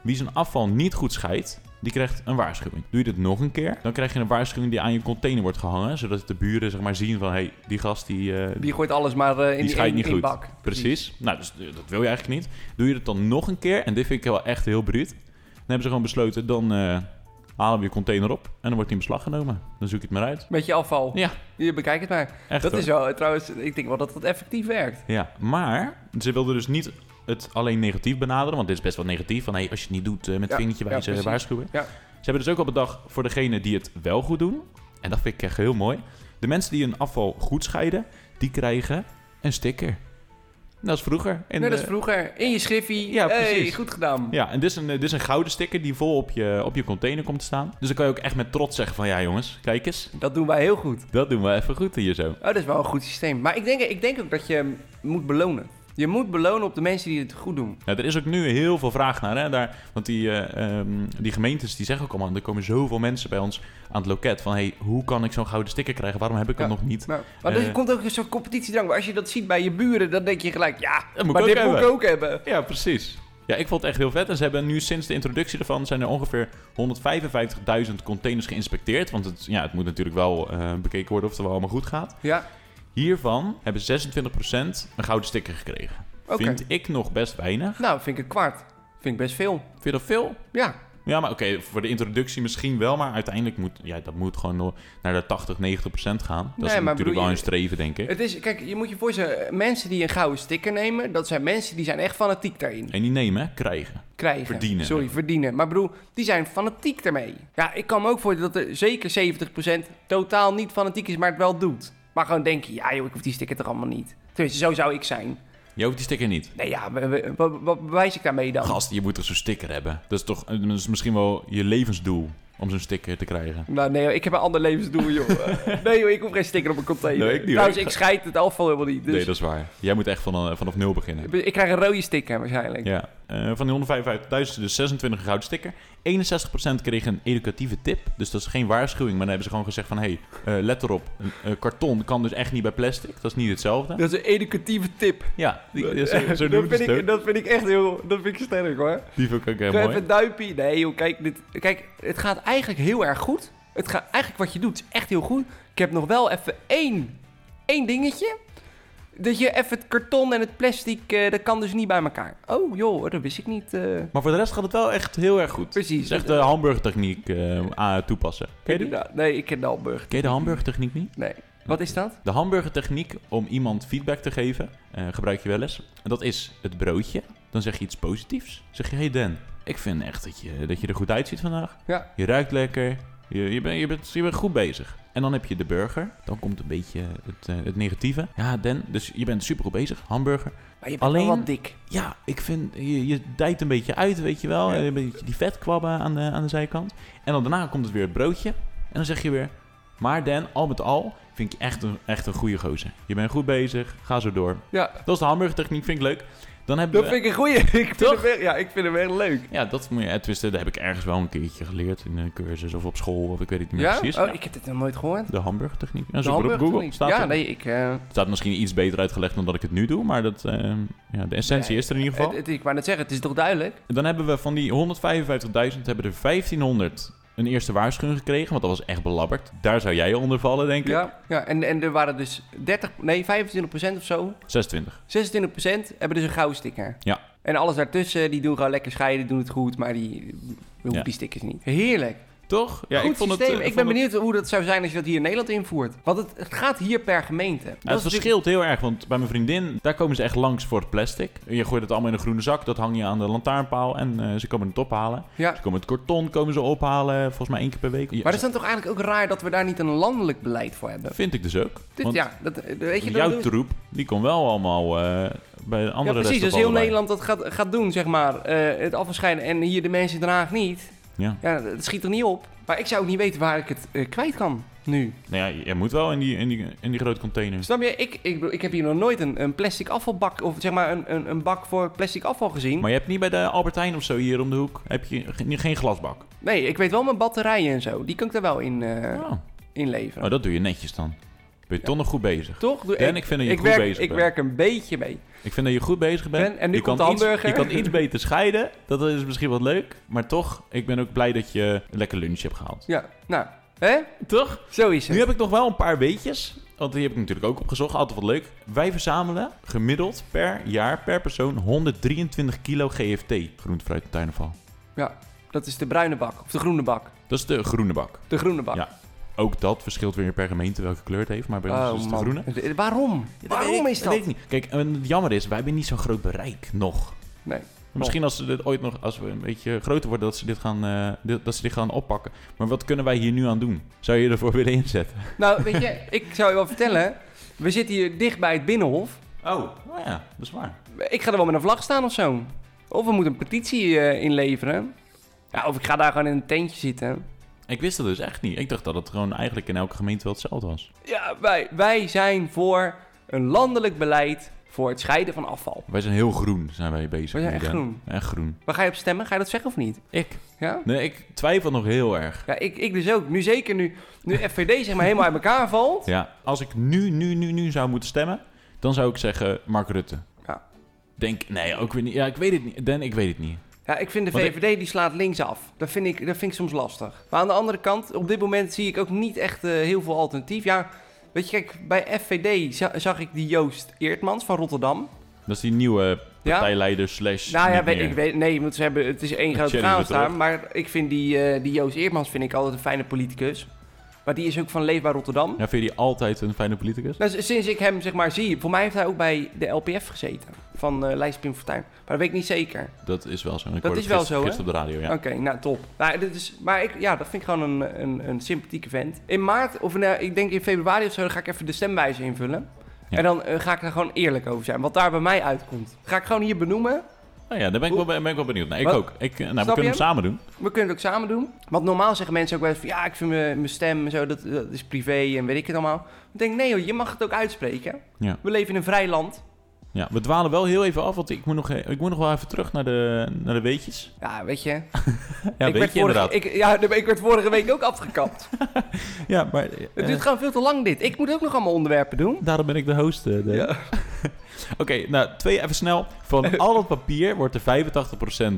[SPEAKER 1] Wie zijn afval niet goed scheidt, die krijgt een waarschuwing. Doe je dit nog een keer, dan krijg je een waarschuwing die aan je container wordt gehangen. Zodat de buren zeg maar, zien van, hé, hey, die gast die, eh,
[SPEAKER 2] Die gooit alles maar eh, in
[SPEAKER 1] die
[SPEAKER 2] die
[SPEAKER 1] scheidt
[SPEAKER 2] één-
[SPEAKER 1] niet
[SPEAKER 2] één
[SPEAKER 1] goed.
[SPEAKER 2] bak.
[SPEAKER 1] Precies. Nou, dus, eh, dat wil je eigenlijk niet. Doe je het dan nog een keer, en dit vind ik wel echt heel bruut. Dan hebben ze gewoon besloten, dan eh, halen we je container op en dan wordt die in beslag genomen. Dan zoek je het maar uit.
[SPEAKER 2] Met je afval.
[SPEAKER 1] Ja.
[SPEAKER 2] Je bekijkt het maar.
[SPEAKER 1] Echt
[SPEAKER 2] dat
[SPEAKER 1] hoor.
[SPEAKER 2] is wel, eh, trouwens, ik denk wel dat dat effectief werkt.
[SPEAKER 1] Ja, maar ze wilden dus niet het alleen negatief benaderen, want dit is best wel negatief. Van hey, als je het niet doet, eh, met
[SPEAKER 2] Ja,
[SPEAKER 1] vingertje
[SPEAKER 2] ja,
[SPEAKER 1] wijzen,
[SPEAKER 2] precies.
[SPEAKER 1] waarschuwen.
[SPEAKER 2] Ja.
[SPEAKER 1] Ze hebben dus ook al bedacht voor degenen die het wel goed doen. En dat vind ik echt heel mooi. De mensen die hun afval goed scheiden, die krijgen een sticker. Dat is vroeger. In
[SPEAKER 2] Net
[SPEAKER 1] de-
[SPEAKER 2] als vroeger, in je schriffie.
[SPEAKER 1] eh, Ja,
[SPEAKER 2] Hey,
[SPEAKER 1] precies.
[SPEAKER 2] goed gedaan.
[SPEAKER 1] Ja, en dit is, een, eh, dit is een gouden sticker die vol op je, op je container komt te staan. Dus dan kan je ook echt met trots zeggen van... Ja jongens, kijk eens,
[SPEAKER 2] Dat doen wij heel goed.
[SPEAKER 1] dat doen we even goed hier zo.
[SPEAKER 2] Oh, dat is wel een goed systeem. Maar ik denk, ik denk ook dat je hem moet belonen. Je moet belonen op de mensen die het goed doen.
[SPEAKER 1] Nou, er is ook nu heel veel vraag naar. Hè, daar, want die, eh, ehm, die gemeentes die zeggen ook allemaal... Er komen zoveel mensen bij ons aan het loket van... hey, hoe kan ik zo'n gouden sticker krijgen? Waarom heb ik hem
[SPEAKER 2] Ja.
[SPEAKER 1] nog niet?
[SPEAKER 2] Nou, maar er
[SPEAKER 1] Eh.
[SPEAKER 2] komt ook een soort competitiedrang. Maar als je dat ziet bij je buren, dan denk je gelijk... Ja,
[SPEAKER 1] Dat moet ik
[SPEAKER 2] maar
[SPEAKER 1] ook
[SPEAKER 2] dit moet
[SPEAKER 1] hebben.
[SPEAKER 2] ik ook hebben.
[SPEAKER 1] Ja, precies. Ja, ik vond het echt heel vet. En ze hebben nu sinds de introductie ervan zijn er ongeveer 155.000 containers geïnspecteerd. Want het, ja, het moet natuurlijk wel eh, bekeken worden of het wel allemaal goed gaat.
[SPEAKER 2] Ja,
[SPEAKER 1] Hiervan hebben 26% een gouden sticker gekregen.
[SPEAKER 2] oké.
[SPEAKER 1] Vind ik nog best weinig.
[SPEAKER 2] Nou, vind ik een kwart. Vind ik best veel.
[SPEAKER 1] Vind je dat veel?
[SPEAKER 2] Ja,
[SPEAKER 1] Ja, maar oké, voor de introductie misschien wel, maar uiteindelijk moet ja, dat moet gewoon nog naar de 80, 90 gaan. Dat
[SPEAKER 2] Nee, maar
[SPEAKER 1] is
[SPEAKER 2] bedoel
[SPEAKER 1] natuurlijk
[SPEAKER 2] je-
[SPEAKER 1] wel een streven, denk ik.
[SPEAKER 2] Het is, kijk, je moet je voorstellen, eh, mensen die een gouden sticker nemen, dat zijn mensen die zijn echt fanatiek daarin.
[SPEAKER 1] En die nemen, hè, krijgen.
[SPEAKER 2] Krijgen.
[SPEAKER 1] Verdienen.
[SPEAKER 2] Sorry, verdienen. Maar bedoel, die zijn fanatiek daarmee. Ja, ik kan me ook voorstellen dat er zeker 70% totaal niet fanatiek is, maar het wel doet. Maar gewoon denken, ja joh, ik hoef die sticker toch allemaal niet. Tenminste, zo zou ik zijn.
[SPEAKER 1] Je hoeft die sticker niet.
[SPEAKER 2] Nee ja, we- we- wat, wat bewijs ik daarmee dan?
[SPEAKER 1] Gast, je moet toch zo'n sticker hebben? Dat is toch eh, dat is misschien wel je levensdoel om zo'n sticker te krijgen.
[SPEAKER 2] Nou nee, joh, ik heb een ander levensdoel
[SPEAKER 1] <laughs>
[SPEAKER 2] joh. Eh, nee joh, ik hoef geen sticker op mijn container.
[SPEAKER 1] Nee, ik niet, hoor.
[SPEAKER 2] Trouwens, ik scheid het afval helemaal niet. Dus
[SPEAKER 1] Nee, dat is waar. Jij moet echt van, eh, vanaf nul beginnen.
[SPEAKER 2] Ik krijg een rode sticker waarschijnlijk.
[SPEAKER 1] Ja, eh, van die 155.000 dus 26 een gouden sticker. 61% kreeg een educatieve tip. Dus dat is geen waarschuwing, maar dan hebben ze gewoon gezegd van... hé, hey, eh, let erop, een, eh, karton kan dus echt niet bij plastic. Dat is niet hetzelfde.
[SPEAKER 2] Dat is een educatieve tip.
[SPEAKER 1] Ja, die, die- zo,
[SPEAKER 2] <laughs>
[SPEAKER 1] zo
[SPEAKER 2] dat,
[SPEAKER 1] noemen
[SPEAKER 2] vind
[SPEAKER 1] ze het
[SPEAKER 2] ik,
[SPEAKER 1] ook.
[SPEAKER 2] dat vind ik echt heel... Dat vind ik sterk, hoor.
[SPEAKER 1] Die vind ik ook heel
[SPEAKER 2] Geef
[SPEAKER 1] mooi.
[SPEAKER 2] een duimpje. Nee, joh, kijk, dit, kijk, het gaat eigenlijk heel erg goed. Het gaat, eigenlijk wat je doet is echt heel goed. Ik heb nog wel even één, één dingetje. Dat je even het karton en het plastic, eh, dat kan dus niet bij elkaar. Oh, joh, dat wist ik niet. eh.
[SPEAKER 1] Maar voor de rest gaat het wel echt heel erg goed. Het
[SPEAKER 2] precies.
[SPEAKER 1] is echt de hamburgertechniek eh, aan het toepassen. Ken je, die?
[SPEAKER 2] Inderdaad. Nee, ik ken de Hamburg.
[SPEAKER 1] Ken je de hamburgertechniek niet?
[SPEAKER 2] Nee. Wat is dat?
[SPEAKER 1] De hamburgertechniek om iemand feedback te geven, eh, gebruik je wel eens. En dat is het broodje. Dan zeg je iets positiefs. Zeg je, hey Dan, ik vind echt dat je, dat je er goed uitziet vandaag.
[SPEAKER 2] Ja.
[SPEAKER 1] Je ruikt lekker. Je, je, bent- je, bent, je bent goed bezig. En dan heb je de burger. Dan komt een beetje het, eh, het negatieve. Ja, Dan, dus je bent super goed bezig. Hamburger.
[SPEAKER 2] Maar je bent
[SPEAKER 1] Alleen-
[SPEAKER 2] wel wat dik.
[SPEAKER 1] Ja, ik vind, je, je dijt een beetje uit, weet je wel.
[SPEAKER 2] Ja.
[SPEAKER 1] Een beetje die vetkwabben aan de, aan de zijkant. En dan daarna komt het weer het broodje. En dan zeg je weer, maar Dan, al met al, vind ik je echt een, echt een goede gozer. Je bent goed bezig, ga zo door.
[SPEAKER 2] Ja,
[SPEAKER 1] Dat is de hamburgertechniek, vind ik leuk. Dan hebben
[SPEAKER 2] dat
[SPEAKER 1] we...
[SPEAKER 2] vind ik een goeie. <laughs> Ik vind
[SPEAKER 1] Toch?
[SPEAKER 2] hem echt- ja, ik vind hem echt leuk.
[SPEAKER 1] Ja, dat moet je, eh, tenminste, dat heb ik ergens wel een keertje geleerd. In een cursus of op school, of ik weet het niet meer
[SPEAKER 2] Ja?
[SPEAKER 1] precies.
[SPEAKER 2] Oh, ik heb dit nog nooit gehoord.
[SPEAKER 1] De hamburgertechniek. Ja,
[SPEAKER 2] De
[SPEAKER 1] zoek maar op
[SPEAKER 2] hamburger
[SPEAKER 1] Google.
[SPEAKER 2] niet.
[SPEAKER 1] Staat,
[SPEAKER 2] ja,
[SPEAKER 1] er.
[SPEAKER 2] nee, ik... eh,
[SPEAKER 1] staat misschien iets beter uitgelegd dan dat ik het nu doe, maar dat, eh, ja, de essentie
[SPEAKER 2] Nee,
[SPEAKER 1] is er in ieder
[SPEAKER 2] het,
[SPEAKER 1] geval.
[SPEAKER 2] het, ik wou net zeggen, het is toch duidelijk?
[SPEAKER 1] Dan hebben we van die 155.000 hebben er 1500 een eerste waarschuwing gekregen, want dat was echt belabberd. Daar zou jij onder vallen, denk ik.
[SPEAKER 2] Ja, ja en, en er waren dus 30, nee, 25% of zo.
[SPEAKER 1] 26.
[SPEAKER 2] 26% hebben dus een gouden sticker.
[SPEAKER 1] Ja.
[SPEAKER 2] En alles daartussen, die doen gewoon lekker scheiden, doen het goed, maar die hoeven
[SPEAKER 1] Ja.
[SPEAKER 2] die stickers niet. Heerlijk.
[SPEAKER 1] Toch? Ja,
[SPEAKER 2] Goed
[SPEAKER 1] ik vond
[SPEAKER 2] systeem.
[SPEAKER 1] het. eh,
[SPEAKER 2] ik ben
[SPEAKER 1] vond het-
[SPEAKER 2] benieuwd hoe dat zou zijn als je dat hier in Nederland invoert. Want het, het gaat hier per gemeente.
[SPEAKER 1] Ja, het verschilt heel erg, want bij mijn vriendin, daar komen ze echt langs voor het plastic. Je gooit het allemaal in een groene zak, dat hang je aan de lantaarnpaal en eh, ze komen het ophalen.
[SPEAKER 2] Ja.
[SPEAKER 1] Ze komen het korton komen ze ophalen, volgens mij één keer per week. Ja,
[SPEAKER 2] Maar het is dan toch eigenlijk ook raar dat we daar niet een landelijk beleid voor hebben?
[SPEAKER 1] dat vind ik dus ook.
[SPEAKER 2] Dit,
[SPEAKER 1] want
[SPEAKER 2] ja, dat, eh, weet je, dat
[SPEAKER 1] jouw
[SPEAKER 2] doen-
[SPEAKER 1] troep, die kon wel allemaal eh, bij een
[SPEAKER 2] ja,
[SPEAKER 1] andere
[SPEAKER 2] precies. Als
[SPEAKER 1] restaurants
[SPEAKER 2] heel
[SPEAKER 1] bij.
[SPEAKER 2] Nederland dat gaat, gaat doen, zeg maar, eh, het afscheiden en hier de mensen in Den Haag niet,
[SPEAKER 1] Ja.
[SPEAKER 2] ja, dat schiet er niet op. Maar ik zou ook niet weten waar ik het eh, kwijt kan nu.
[SPEAKER 1] Nou ja, je moet wel in die, in die, in die grote container.
[SPEAKER 2] Snap je? Ik, ik, bedoel, ik heb hier nog nooit een, een plastic afvalbak, of zeg maar een, een, een bak voor plastic afval gezien.
[SPEAKER 1] Maar je hebt niet bij de Albert Heijn of zo hier om de hoek heb je ge- geen glasbak.
[SPEAKER 2] Nee, ik weet wel mijn batterijen en zo. Die kan ik daar wel in, eh,
[SPEAKER 1] Oh.
[SPEAKER 2] in leveren.
[SPEAKER 1] Oh, dat doe je netjes dan. Ben je toch nog goed bezig.
[SPEAKER 2] Toch? Doe-
[SPEAKER 1] Ben, ik vind dat je
[SPEAKER 2] ik
[SPEAKER 1] goed
[SPEAKER 2] werk,
[SPEAKER 1] bezig
[SPEAKER 2] ik
[SPEAKER 1] bent.
[SPEAKER 2] werk een beetje mee.
[SPEAKER 1] Ik vind dat je goed bezig bent.
[SPEAKER 2] Ben, en nu
[SPEAKER 1] je
[SPEAKER 2] komt
[SPEAKER 1] kan
[SPEAKER 2] de
[SPEAKER 1] iets,
[SPEAKER 2] hamburger.
[SPEAKER 1] Je kan iets beter scheiden. Dat is misschien wat leuk. Maar toch, ik ben ook blij dat je een lekker lunch hebt gehaald.
[SPEAKER 2] Ja, nou, hè?
[SPEAKER 1] Toch?
[SPEAKER 2] Zo is
[SPEAKER 1] Nu
[SPEAKER 2] het.
[SPEAKER 1] heb ik nog wel een paar weetjes. Want die heb ik natuurlijk ook opgezocht. Altijd wat leuk. Wij verzamelen gemiddeld per jaar, per persoon, 123 kilo GFT. Groente, fruit en tuinafval.
[SPEAKER 2] Ja, dat is de bruine bak, of de groene bak.
[SPEAKER 1] Dat is de groene bak.
[SPEAKER 2] De groene bak.
[SPEAKER 1] Ja, Ook dat verschilt weer per gemeente welke kleur het heeft. Maar bij ons is het de
[SPEAKER 2] Oh, man.
[SPEAKER 1] groene.
[SPEAKER 2] De- Waarom?
[SPEAKER 1] Ja, dat
[SPEAKER 2] Waarom
[SPEAKER 1] weet ik-
[SPEAKER 2] is dat?
[SPEAKER 1] weet ik niet. Kijk, en het jammer is, wij hebben niet zo'n groot bereik nog.
[SPEAKER 2] Nee.
[SPEAKER 1] Misschien als ze dit ooit nog, als we een beetje groter worden, dat ze dit gaan, eh, dit- dat ze dit gaan oppakken. Maar wat kunnen wij hier nu aan doen? Zou je ervoor willen inzetten?
[SPEAKER 2] Nou, weet je, ik zou je wel vertellen. We zitten hier dicht bij het Binnenhof.
[SPEAKER 1] Oh, nou ja, dat is waar.
[SPEAKER 2] Ik ga er wel met een vlag staan of zo. Of we moeten een petitie eh, inleveren. Ja, of ik ga daar gewoon in een tentje zitten.
[SPEAKER 1] Ik wist dat dus echt niet. Ik dacht dat het gewoon eigenlijk in elke gemeente wel hetzelfde was.
[SPEAKER 2] Ja, wij, wij zijn voor een landelijk beleid voor het scheiden van afval.
[SPEAKER 1] Wij zijn heel groen, zijn wij bezig.
[SPEAKER 2] Wij zijn
[SPEAKER 1] nu,
[SPEAKER 2] echt
[SPEAKER 1] Dan.
[SPEAKER 2] groen.
[SPEAKER 1] Echt groen.
[SPEAKER 2] Waar ga je op stemmen? Ga je dat zeggen of niet?
[SPEAKER 1] Ik?
[SPEAKER 2] Ja?
[SPEAKER 1] Nee, ik twijfel nog heel erg.
[SPEAKER 2] Ja, ik, ik dus ook. Nu zeker nu, nu FVD zeg maar helemaal uit elkaar valt.
[SPEAKER 1] Ja, als ik nu, nu, nu, nu zou moeten stemmen, dan zou ik zeggen Mark Rutte.
[SPEAKER 2] Ja.
[SPEAKER 1] Denk, nee, ook weer niet. Ja, ik weet het niet. Dan, ik weet het niet.
[SPEAKER 2] Ja, ik vind de
[SPEAKER 1] Want ik-
[SPEAKER 2] VVD die slaat links af. Dat vind, ik, dat vind ik soms lastig. Maar aan de andere kant, op dit moment zie ik ook niet echt eh, heel veel alternatief. Ja, weet je, kijk, bij FVD za- zag ik die Joost Eertmans van Rotterdam.
[SPEAKER 1] Dat is die nieuwe
[SPEAKER 2] Ja?
[SPEAKER 1] partijleider slash
[SPEAKER 2] Nou ja,
[SPEAKER 1] niet
[SPEAKER 2] weet,
[SPEAKER 1] meer.
[SPEAKER 2] ik weet, nee, want ze hebben, het is één groot
[SPEAKER 1] Thierry
[SPEAKER 2] chaos
[SPEAKER 1] Rutte,
[SPEAKER 2] daar.
[SPEAKER 1] toch?
[SPEAKER 2] Maar ik vind die, eh, die Joost Eertmans vind ik altijd een fijne politicus. Maar die is ook van Leefbaar Rotterdam.
[SPEAKER 1] Ja, vind je die altijd een fijne politicus?
[SPEAKER 2] Nou, s- sinds ik hem zeg maar zie, voor mij heeft hij ook bij de LPF gezeten. Van eh Lijst Pim Fortuyn. Maar dat weet ik niet zeker.
[SPEAKER 1] Dat is wel zo. Ik
[SPEAKER 2] Dat
[SPEAKER 1] hoorde
[SPEAKER 2] is
[SPEAKER 1] het
[SPEAKER 2] wel
[SPEAKER 1] gister-
[SPEAKER 2] zo, hè?
[SPEAKER 1] Gisteren op de radio, ja.
[SPEAKER 2] Oké, nou top. Nou, dit is, maar ik, ja, dat vind ik gewoon een, een, een sympathieke vent. In maart, of in, eh, ik denk in februari of zo, dan ga ik even de stemwijze invullen.
[SPEAKER 1] Ja.
[SPEAKER 2] En dan eh, ga ik er gewoon eerlijk over zijn. Wat daar bij mij uitkomt. Ga ik gewoon hier benoemen.
[SPEAKER 1] Nou ja, daar ben ik wel, ben ik wel benieuwd naar. Ik
[SPEAKER 2] Wat?
[SPEAKER 1] ook. Ik, eh, nou, we
[SPEAKER 2] Snap
[SPEAKER 1] kunnen
[SPEAKER 2] je?
[SPEAKER 1] hem samen doen.
[SPEAKER 2] We kunnen het ook samen doen. Want normaal zeggen mensen ook wel eens van... Ja, ik vind mijn mijn stem en zo, dat, dat is privé en weet ik het allemaal. Ik denk, nee joh, je mag het ook uitspreken.
[SPEAKER 1] Ja.
[SPEAKER 2] We leven in een vrij land.
[SPEAKER 1] Ja, we dwalen wel heel even af, want ik moet nog, eh, ik moet nog wel even terug naar de, naar de weetjes.
[SPEAKER 2] Ja, weet je.
[SPEAKER 1] Ja, weet je
[SPEAKER 2] vorige,
[SPEAKER 1] inderdaad.
[SPEAKER 2] Ik, ja, nee, maar ik werd vorige week ook
[SPEAKER 1] <laughs>
[SPEAKER 2] afgekapt.
[SPEAKER 1] Ja, maar eh,
[SPEAKER 2] Het duurt gewoon veel te lang dit. Ik moet ook nog allemaal onderwerpen doen.
[SPEAKER 1] daarom ben ik de host. eh, Dan. <laughs> Oké, nou, twee even snel. <laughs> Van al het papier wordt er 85%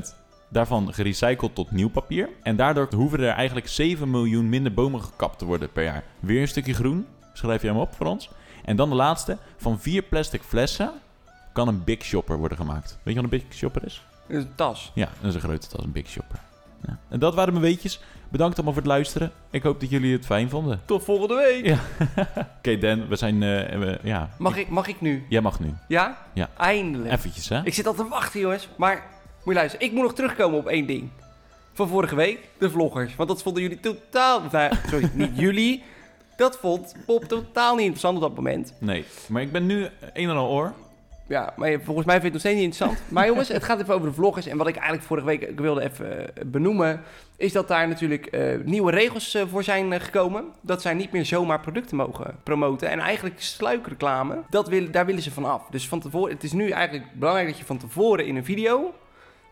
[SPEAKER 1] daarvan gerecycled tot nieuw papier. En daardoor hoeven er eigenlijk 7 miljoen minder bomen gekapt te worden per jaar. Weer een stukje groen. Schrijf jij hem op voor ons. En dan de laatste. Van vier plastic flessen kan een big shopper worden gemaakt. Weet je wat een big shopper is?
[SPEAKER 2] Dat is een Dus, tas.
[SPEAKER 1] Ja, dat is een grote tas, een big shopper. Ja. En dat waren mijn weetjes. Bedankt allemaal voor het luisteren. Ik hoop dat jullie het fijn vonden.
[SPEAKER 2] Tot volgende week.
[SPEAKER 1] Ja. Oké Dan, we zijn... eh, we- ja.
[SPEAKER 2] Mag ik, mag ik nu?
[SPEAKER 1] Jij mag nu.
[SPEAKER 2] Ja?
[SPEAKER 1] Ja.
[SPEAKER 2] Eindelijk.
[SPEAKER 1] Eventjes, hè?
[SPEAKER 2] Ik zit al te wachten, jongens. Maar moet je luisteren, ik moet nog terugkomen op één ding. <laughs> Van vorige week, de vloggers. Want dat vonden jullie totaal... Nou, sorry, niet jullie. Dat vond Bob totaal niet interessant op dat moment.
[SPEAKER 1] Nee, maar ik ben nu een en al oor.
[SPEAKER 2] Ja, maar je- volgens mij vind je het nog steeds niet interessant. <laughs> Maar jongens, het gaat even over de vloggers. En wat ik eigenlijk vorige week wilde even eh, benoemen... is dat daar natuurlijk eh, nieuwe regels eh, voor zijn eh, gekomen. Dat zij niet meer zomaar producten mogen promoten. En eigenlijk sluikreclame, dat wil, daar willen ze van af. Dus van tevoren, het is nu eigenlijk belangrijk dat je van tevoren in een video...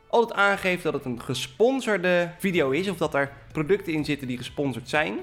[SPEAKER 2] altijd aangeeft dat het een gesponsorde video is... of dat er producten in zitten die gesponsord zijn...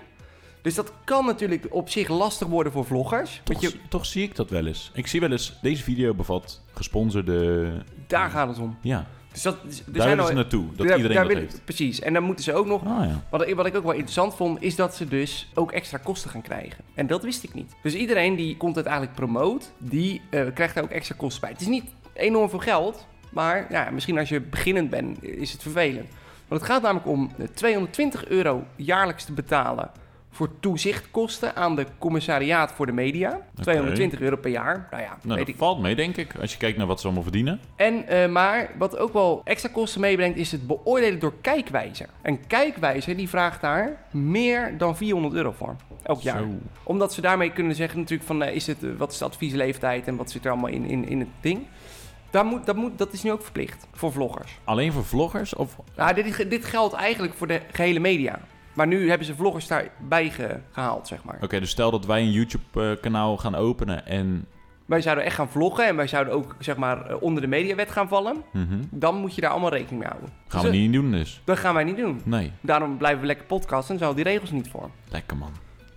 [SPEAKER 2] Dus dat kan natuurlijk op zich lastig worden voor vloggers.
[SPEAKER 1] Toch,
[SPEAKER 2] Want je,
[SPEAKER 1] toch zie ik dat wel eens. Ik zie wel eens, deze video bevat gesponsorde...
[SPEAKER 2] daar gaat het om.
[SPEAKER 1] Ja,
[SPEAKER 2] Dus dat, er
[SPEAKER 1] daar
[SPEAKER 2] zijn
[SPEAKER 1] willen
[SPEAKER 2] al-
[SPEAKER 1] ze naartoe. Dat
[SPEAKER 2] Daar-
[SPEAKER 1] iedereen
[SPEAKER 2] daar
[SPEAKER 1] dat
[SPEAKER 2] wil-
[SPEAKER 1] heeft.
[SPEAKER 2] Precies. En dan moeten ze ook nog...
[SPEAKER 1] Ah ja.
[SPEAKER 2] Wat, ik- wat ik ook wel interessant vond, is dat ze dus ook extra kosten gaan krijgen. En dat wist ik niet. Dus iedereen die content eigenlijk promoot, die eh, krijgt daar ook extra kosten bij. Het is niet enorm veel geld, maar ja, misschien als je beginnend bent, is het vervelend. Want het gaat namelijk om eh, 220 euro jaarlijks te betalen voor toezichtkosten aan de commissariaat voor de media. 220 euro per jaar. Nou ja,
[SPEAKER 1] Nou,
[SPEAKER 2] weet
[SPEAKER 1] dat
[SPEAKER 2] ik
[SPEAKER 1] valt mee, denk ik. Als je kijkt naar wat ze allemaal verdienen.
[SPEAKER 2] en, eh, maar wat ook wel extra kosten meebrengt, is het beoordelen door kijkwijzer. En kijkwijzer die vraagt daar meer dan 400 euro voor. Elk jaar.
[SPEAKER 1] Zo.
[SPEAKER 2] Omdat ze daarmee kunnen zeggen natuurlijk van, eh, is het, eh, wat is de adviesleeftijd en wat zit er allemaal in, in, in het ding. Daar moet, dat, moet, dat is nu ook verplicht voor vloggers.
[SPEAKER 1] Alleen voor vloggers? Of...
[SPEAKER 2] Nou, dit, is- dit geldt eigenlijk voor de gehele media. Maar nu hebben ze vloggers daarbij ge- gehaald, zeg maar.
[SPEAKER 1] Oké, dus stel dat wij een YouTube-kanaal gaan openen en...
[SPEAKER 2] Wij zouden echt gaan vloggen en wij zouden ook, zeg maar, eh, onder de mediawet gaan vallen.
[SPEAKER 1] Mhm.
[SPEAKER 2] Dan moet je daar allemaal rekening mee houden.
[SPEAKER 1] Gaan
[SPEAKER 2] Dus,
[SPEAKER 1] we
[SPEAKER 2] eh,
[SPEAKER 1] niet doen dus.
[SPEAKER 2] Dat gaan wij niet doen.
[SPEAKER 1] Nee,
[SPEAKER 2] Daarom blijven we lekker podcasten en zijn al die regels niet voor.
[SPEAKER 1] lekker man.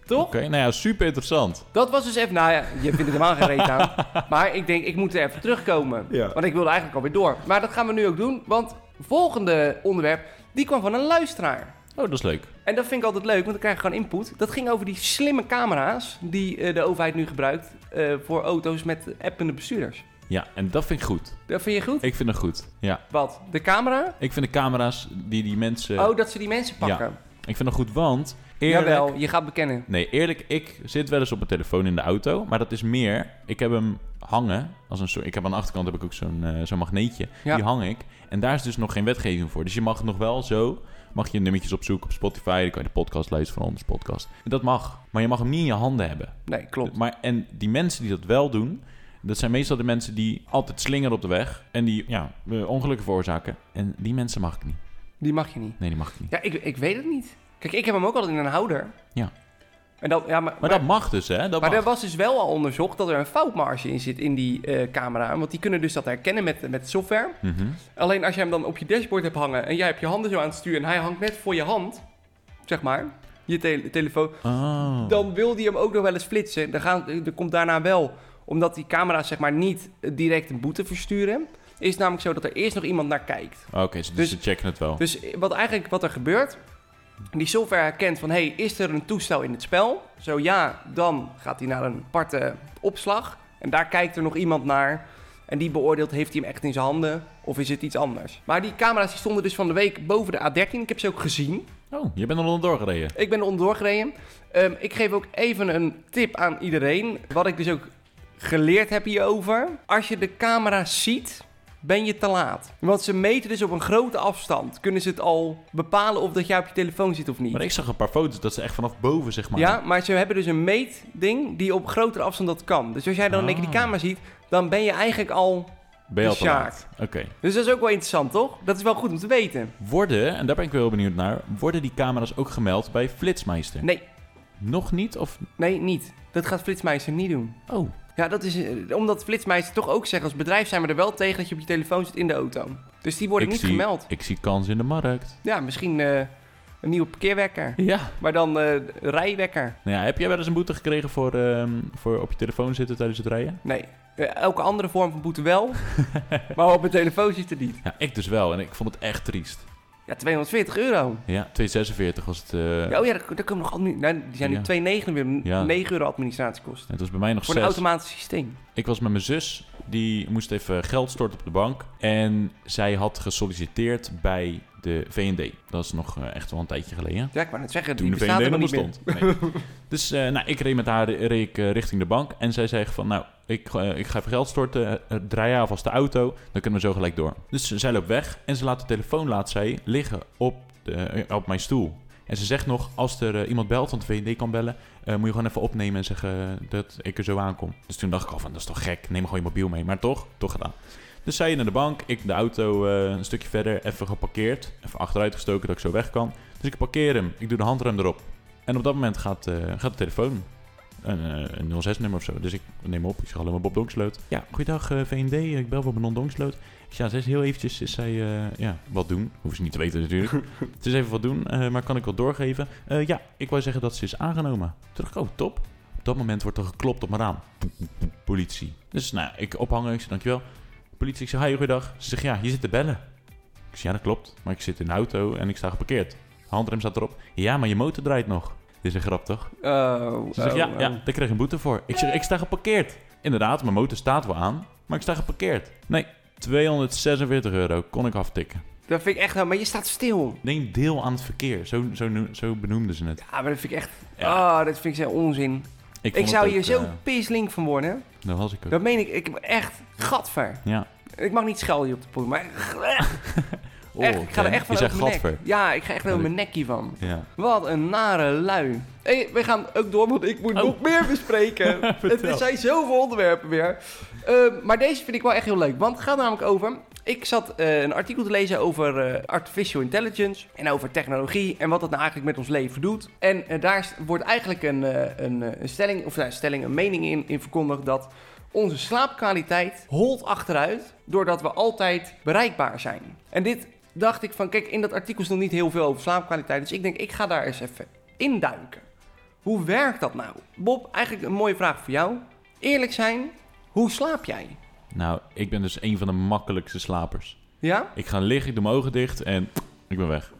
[SPEAKER 2] Toch?
[SPEAKER 1] Oké, nou ja, super interessant.
[SPEAKER 2] Dat was dus even... Nou ja, je vindt het helemaal geen reet aan.
[SPEAKER 1] <laughs>
[SPEAKER 2] Maar ik denk, ik moet er even terugkomen.
[SPEAKER 1] Ja.
[SPEAKER 2] Want ik wilde eigenlijk alweer door. Maar dat gaan we nu ook doen, want volgende onderwerp... die kwam van een luisteraar.
[SPEAKER 1] Oh, dat is leuk.
[SPEAKER 2] En dat vind ik altijd leuk, want dan krijg je gewoon input. Dat ging over die slimme camera's die eh, de overheid nu gebruikt... eh, voor auto's met appende bestuurders.
[SPEAKER 1] Ja, en dat vind ik goed.
[SPEAKER 2] Dat vind je goed?
[SPEAKER 1] Ik vind het goed. Ja,
[SPEAKER 2] Wat? De camera?
[SPEAKER 1] ik vind de camera's die die mensen...
[SPEAKER 2] Oh, dat ze die mensen pakken.
[SPEAKER 1] Ik vind het goed, want... Eerlijk...
[SPEAKER 2] Jawel, je gaat bekennen.
[SPEAKER 1] Nee, eerlijk, ik zit wel eens op mijn telefoon in de auto, maar dat is meer. Ik heb hem hangen. Als een soort, ik heb aan de achterkant heb ik ook zo'n eh, zo'n magneetje.
[SPEAKER 2] Ja.
[SPEAKER 1] Die hang ik. En daar is dus nog geen wetgeving voor. Dus je mag nog wel zo. Mag je nummertjes opzoeken op Spotify. Dan kan je de podcast luisteren van onze podcast. Dat mag. Maar je mag hem niet in je handen hebben.
[SPEAKER 2] Nee, klopt.
[SPEAKER 1] Maar, en die mensen die dat wel doen. Dat zijn meestal de mensen die altijd slingeren op de weg. En die ja, eh, ongelukken veroorzaken. En die mensen mag ik niet.
[SPEAKER 2] Die mag je niet.
[SPEAKER 1] Nee, die mag ik niet.
[SPEAKER 2] Ja, ik, ik weet het niet. Kijk, ik heb hem ook altijd in een houder.
[SPEAKER 1] Ja.
[SPEAKER 2] En dat, ja maar, maar,
[SPEAKER 1] Maar, dat mag dus, hè? Dat
[SPEAKER 2] maar
[SPEAKER 1] mag.
[SPEAKER 2] er was dus wel al onderzocht dat er een foutmarge in zit in die eh, camera. Want die kunnen dus dat herkennen met, met software.
[SPEAKER 1] Mhm.
[SPEAKER 2] Alleen als je hem dan op je dashboard hebt hangen en jij hebt je handen zo aan het sturen en hij hangt net voor je hand, zeg maar, je tele- telefoon,
[SPEAKER 1] Oh.
[SPEAKER 2] dan wil die hem ook nog wel eens flitsen. Dan, gaan, dan komt daarna wel, omdat die camera's zeg maar niet eh, direct een boete versturen, is het namelijk zo dat er eerst nog iemand naar kijkt.
[SPEAKER 1] Oké, dus,
[SPEAKER 2] Dus-
[SPEAKER 1] ze checken het wel.
[SPEAKER 2] Dus wat eigenlijk wat er gebeurt, die software herkent van, hey, is er een toestel in het spel? Zo ja, dan gaat hij naar een aparte opslag en daar kijkt er nog iemand naar en die beoordeelt, heeft hij hem echt in zijn handen of is het iets anders? Maar die camera's die stonden dus van de week boven de A13, ik heb ze ook gezien.
[SPEAKER 1] Oh, je bent er onderdoor gereden.
[SPEAKER 2] Ik ben er onderdoor gereden. Ehm, ik geef ook even een tip aan iedereen, wat ik dus ook geleerd heb hierover. Als je de camera ziet, ben je te laat. Want ze meten dus op een grote afstand. Kunnen ze het al bepalen of dat jij op je telefoon zit of niet.
[SPEAKER 1] Maar ik zag een paar foto's dat ze echt vanaf boven, zeg maar.
[SPEAKER 2] Ja, maar ze hebben dus een meetding die op grotere afstand dat kan. Dus als jij dan een keer die
[SPEAKER 1] Ah.
[SPEAKER 2] camera ziet, dan ben je eigenlijk al...
[SPEAKER 1] ben je al te
[SPEAKER 2] de
[SPEAKER 1] laat. Oké.
[SPEAKER 2] Dus dat is ook wel interessant, toch? Dat is wel goed om te weten.
[SPEAKER 1] Worden, en daar ben ik wel heel benieuwd naar, worden die camera's ook gemeld bij Flitsmeister?
[SPEAKER 2] Nee,
[SPEAKER 1] Nog niet? Of...
[SPEAKER 2] nee, niet. Dat gaat Flitsmeister niet doen.
[SPEAKER 1] Oh,
[SPEAKER 2] Ja, dat is eh, omdat flitsmeisjes toch ook zeggen als bedrijf zijn we er wel tegen dat je op je telefoon zit in de auto. Dus die worden
[SPEAKER 1] ik
[SPEAKER 2] niet
[SPEAKER 1] zie,
[SPEAKER 2] gemeld.
[SPEAKER 1] Ik zie kans in de markt.
[SPEAKER 2] Ja, misschien eh, een nieuwe parkeerwekker.
[SPEAKER 1] Ja.
[SPEAKER 2] Maar dan eh, rijwekker.
[SPEAKER 1] Nou ja, heb jij wel eens een boete gekregen voor, ehm, voor op je telefoon zitten tijdens het rijden?
[SPEAKER 2] Nee. Eh, elke andere vorm van boete
[SPEAKER 1] <laughs>
[SPEAKER 2] wel. maar op mijn telefoon zit er niet.
[SPEAKER 1] Ja, ik dus wel. En ik vond het echt triest.
[SPEAKER 2] Ja, 240 euro.
[SPEAKER 1] Ja, 246 was het. eh,
[SPEAKER 2] Ja, oh ja, daar, daar komen nog al nu. Nou, die zijn
[SPEAKER 1] Ja.
[SPEAKER 2] nu 2,9 weer.
[SPEAKER 1] Ja.
[SPEAKER 2] 9 euro administratiekosten.
[SPEAKER 1] Het was bij mij nog
[SPEAKER 2] Voor een
[SPEAKER 1] 6.
[SPEAKER 2] automatisch systeem.
[SPEAKER 1] Ik was met mijn zus, die moest even geld storten op de bank. En zij had gesolliciteerd bij de VND. Dat is nog eh, echt wel een tijdje geleden.
[SPEAKER 2] Ja, ik wou net zeggen,
[SPEAKER 1] Toen
[SPEAKER 2] die
[SPEAKER 1] de
[SPEAKER 2] bestaat
[SPEAKER 1] VND
[SPEAKER 2] er
[SPEAKER 1] nog
[SPEAKER 2] nog niet meer.
[SPEAKER 1] bestond. Nee. <laughs> Dus eh, nou, ik reed met haar eh, reed ik, eh, richting de bank. En zij zei van, nou, ik, eh, ik ga even geld storten. eh, eh, draai haar alvast de auto. Dan kunnen we zo gelijk door. Dus zij loopt weg. En ze laat de telefoon laat zij liggen op, de, eh, op mijn stoel. En ze zegt nog, als er eh, iemand belt, want de VVD kan bellen, eh, moet je gewoon even opnemen en zeggen eh, dat ik er zo aankom. Dus toen dacht ik al van, dat is toch gek, neem gewoon je mobiel mee. Maar toch, toch gedaan. Dus zij naar de bank, ik de auto eh, een stukje verder, even geparkeerd. Even achteruit gestoken dat ik zo weg kan. Dus ik parkeer hem, ik doe de handrem erop. En op dat moment gaat, eh, gaat de telefoon. Een, eh, een 06-nummer of zo. Dus ik neem op. Ik zeg alleen maar Bob Donksloot. Ja, goeiedag eh, VND. Ik bel voor Bob Donksloot. Ik zeg, ja, ze is heel eventjes... Is zij, eh, ja, wat doen? Hoeven ze niet te weten natuurlijk. Het is even wat doen, eh, maar kan ik wat doorgeven? Eh, ja, ik wou zeggen dat ze is aangenomen. Toen dacht ik, oh, top. Op dat moment wordt er geklopt op mijn raam. Politie. Dus nou, ik ophangen, ik zeg dankjewel. Politie, ik zeg, hi, goeiedag. Ze zegt, ja, je zit te bellen. Ik zeg, ja, dat klopt. Maar ik zit in de auto en ik sta geparkeerd. Handrem staat erop. Ja, maar je motor draait nog. Dit is een grap, toch?
[SPEAKER 2] Oh,
[SPEAKER 1] Ze zegt,
[SPEAKER 2] oh,
[SPEAKER 1] ja,
[SPEAKER 2] oh.
[SPEAKER 1] ja, daar kreeg Dus ik een boete voor. Ik zeg, ik sta geparkeerd. Inderdaad, mijn motor staat wel aan, maar ik sta geparkeerd. Nee, 246 euro kon ik aftikken.
[SPEAKER 2] Dat vind ik echt... Maar je staat stil.
[SPEAKER 1] Neem deel aan het verkeer. Zo, zo, no- zo benoemden ze het.
[SPEAKER 2] Ja, maar dat vind ik echt...
[SPEAKER 1] Ja.
[SPEAKER 2] Ah, dat vind ik zo onzin.
[SPEAKER 1] vond
[SPEAKER 2] ik
[SPEAKER 1] het
[SPEAKER 2] zou
[SPEAKER 1] ook,
[SPEAKER 2] hier zo
[SPEAKER 1] eh,
[SPEAKER 2] pisling van worden.
[SPEAKER 1] dat was ik ook.
[SPEAKER 2] Dat meen ik. Ik heb echt gatver.
[SPEAKER 1] Ja.
[SPEAKER 2] Ik mag niet schelden hier op de poel, maar
[SPEAKER 1] Oh,
[SPEAKER 2] echt, ik ga er
[SPEAKER 1] oké.
[SPEAKER 2] echt van
[SPEAKER 1] Je zegt
[SPEAKER 2] over mijn
[SPEAKER 1] gadver. Nou,
[SPEAKER 2] nek. Ja, ik ga echt over
[SPEAKER 1] Ja,
[SPEAKER 2] mijn nekkie van.
[SPEAKER 1] Ja.
[SPEAKER 2] Wat een nare lui. Hey, we gaan ook door, want ik moet
[SPEAKER 1] Oh.
[SPEAKER 2] nog meer
[SPEAKER 1] <laughs>
[SPEAKER 2] bespreken.
[SPEAKER 1] Vertel.
[SPEAKER 2] het is- zijn zoveel onderwerpen weer. Eh, maar deze vind ik wel echt heel leuk, want het gaat namelijk over... Ik zat eh, een artikel te lezen over eh, artificial intelligence en over technologie en wat dat nou eigenlijk met ons leven doet. En eh, daar is- wordt eigenlijk een, eh, een, eh, een stelling, of nou, een stelling, een mening in, in verkondigd dat onze slaapkwaliteit holt achteruit doordat we altijd bereikbaar zijn. En dit dacht ik van, kijk, in dat artikel is nog niet heel veel over slaapkwaliteit, dus ik denk, ik ga daar eens even induiken. Hoe werkt dat nou? Bob, eigenlijk een mooie vraag voor jou. Eerlijk zijn, hoe slaap jij?
[SPEAKER 1] Nou, ik ben dus een van de makkelijkste slapers.
[SPEAKER 2] Ja?
[SPEAKER 1] Ik ga liggen, ik doe mijn ogen dicht en ik ben weg.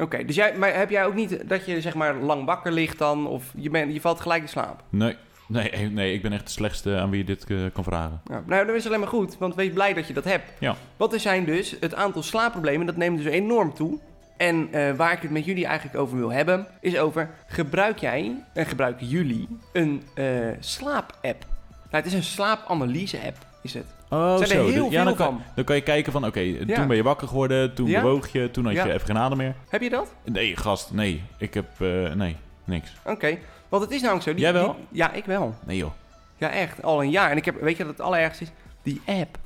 [SPEAKER 2] Oké, dus jij, maar heb jij ook niet dat je zeg maar lang wakker ligt dan? Of je, bent je valt gelijk in slaap?
[SPEAKER 1] Nee, nee, nee, ik ben echt de slechtste aan wie je dit eh, kan vragen.
[SPEAKER 2] Nou, nou, dat is alleen maar goed, want wees blij dat je dat hebt.
[SPEAKER 1] Ja.
[SPEAKER 2] Wat er zijn dus, het aantal slaapproblemen, dat neemt dus enorm toe. En eh, waar ik het met jullie eigenlijk over wil hebben, is over gebruik jij en gebruiken jullie een eh, slaap-app? Nou, het is een slaapanalyse-app, is het.
[SPEAKER 1] Oh,
[SPEAKER 2] Zijn er
[SPEAKER 1] zo.
[SPEAKER 2] heel
[SPEAKER 1] Dus- ja,
[SPEAKER 2] veel
[SPEAKER 1] dan kan,
[SPEAKER 2] van.
[SPEAKER 1] dan kan je kijken van, oké, eh,
[SPEAKER 2] Ja.
[SPEAKER 1] toen ben je wakker geworden, toen
[SPEAKER 2] Ja?
[SPEAKER 1] bewoog je, toen had
[SPEAKER 2] Ja.
[SPEAKER 1] je even geen adem meer.
[SPEAKER 2] Heb je dat?
[SPEAKER 1] Nee, gast, nee. Ik heb, eh, nee, niks.
[SPEAKER 2] Oké, want het is namelijk zo.
[SPEAKER 1] Jij wel?
[SPEAKER 2] die- ja, ik wel.
[SPEAKER 1] Nee joh.
[SPEAKER 2] Ja, echt. Al een jaar. En ik heb, weet je wat het allerergste is? Die app.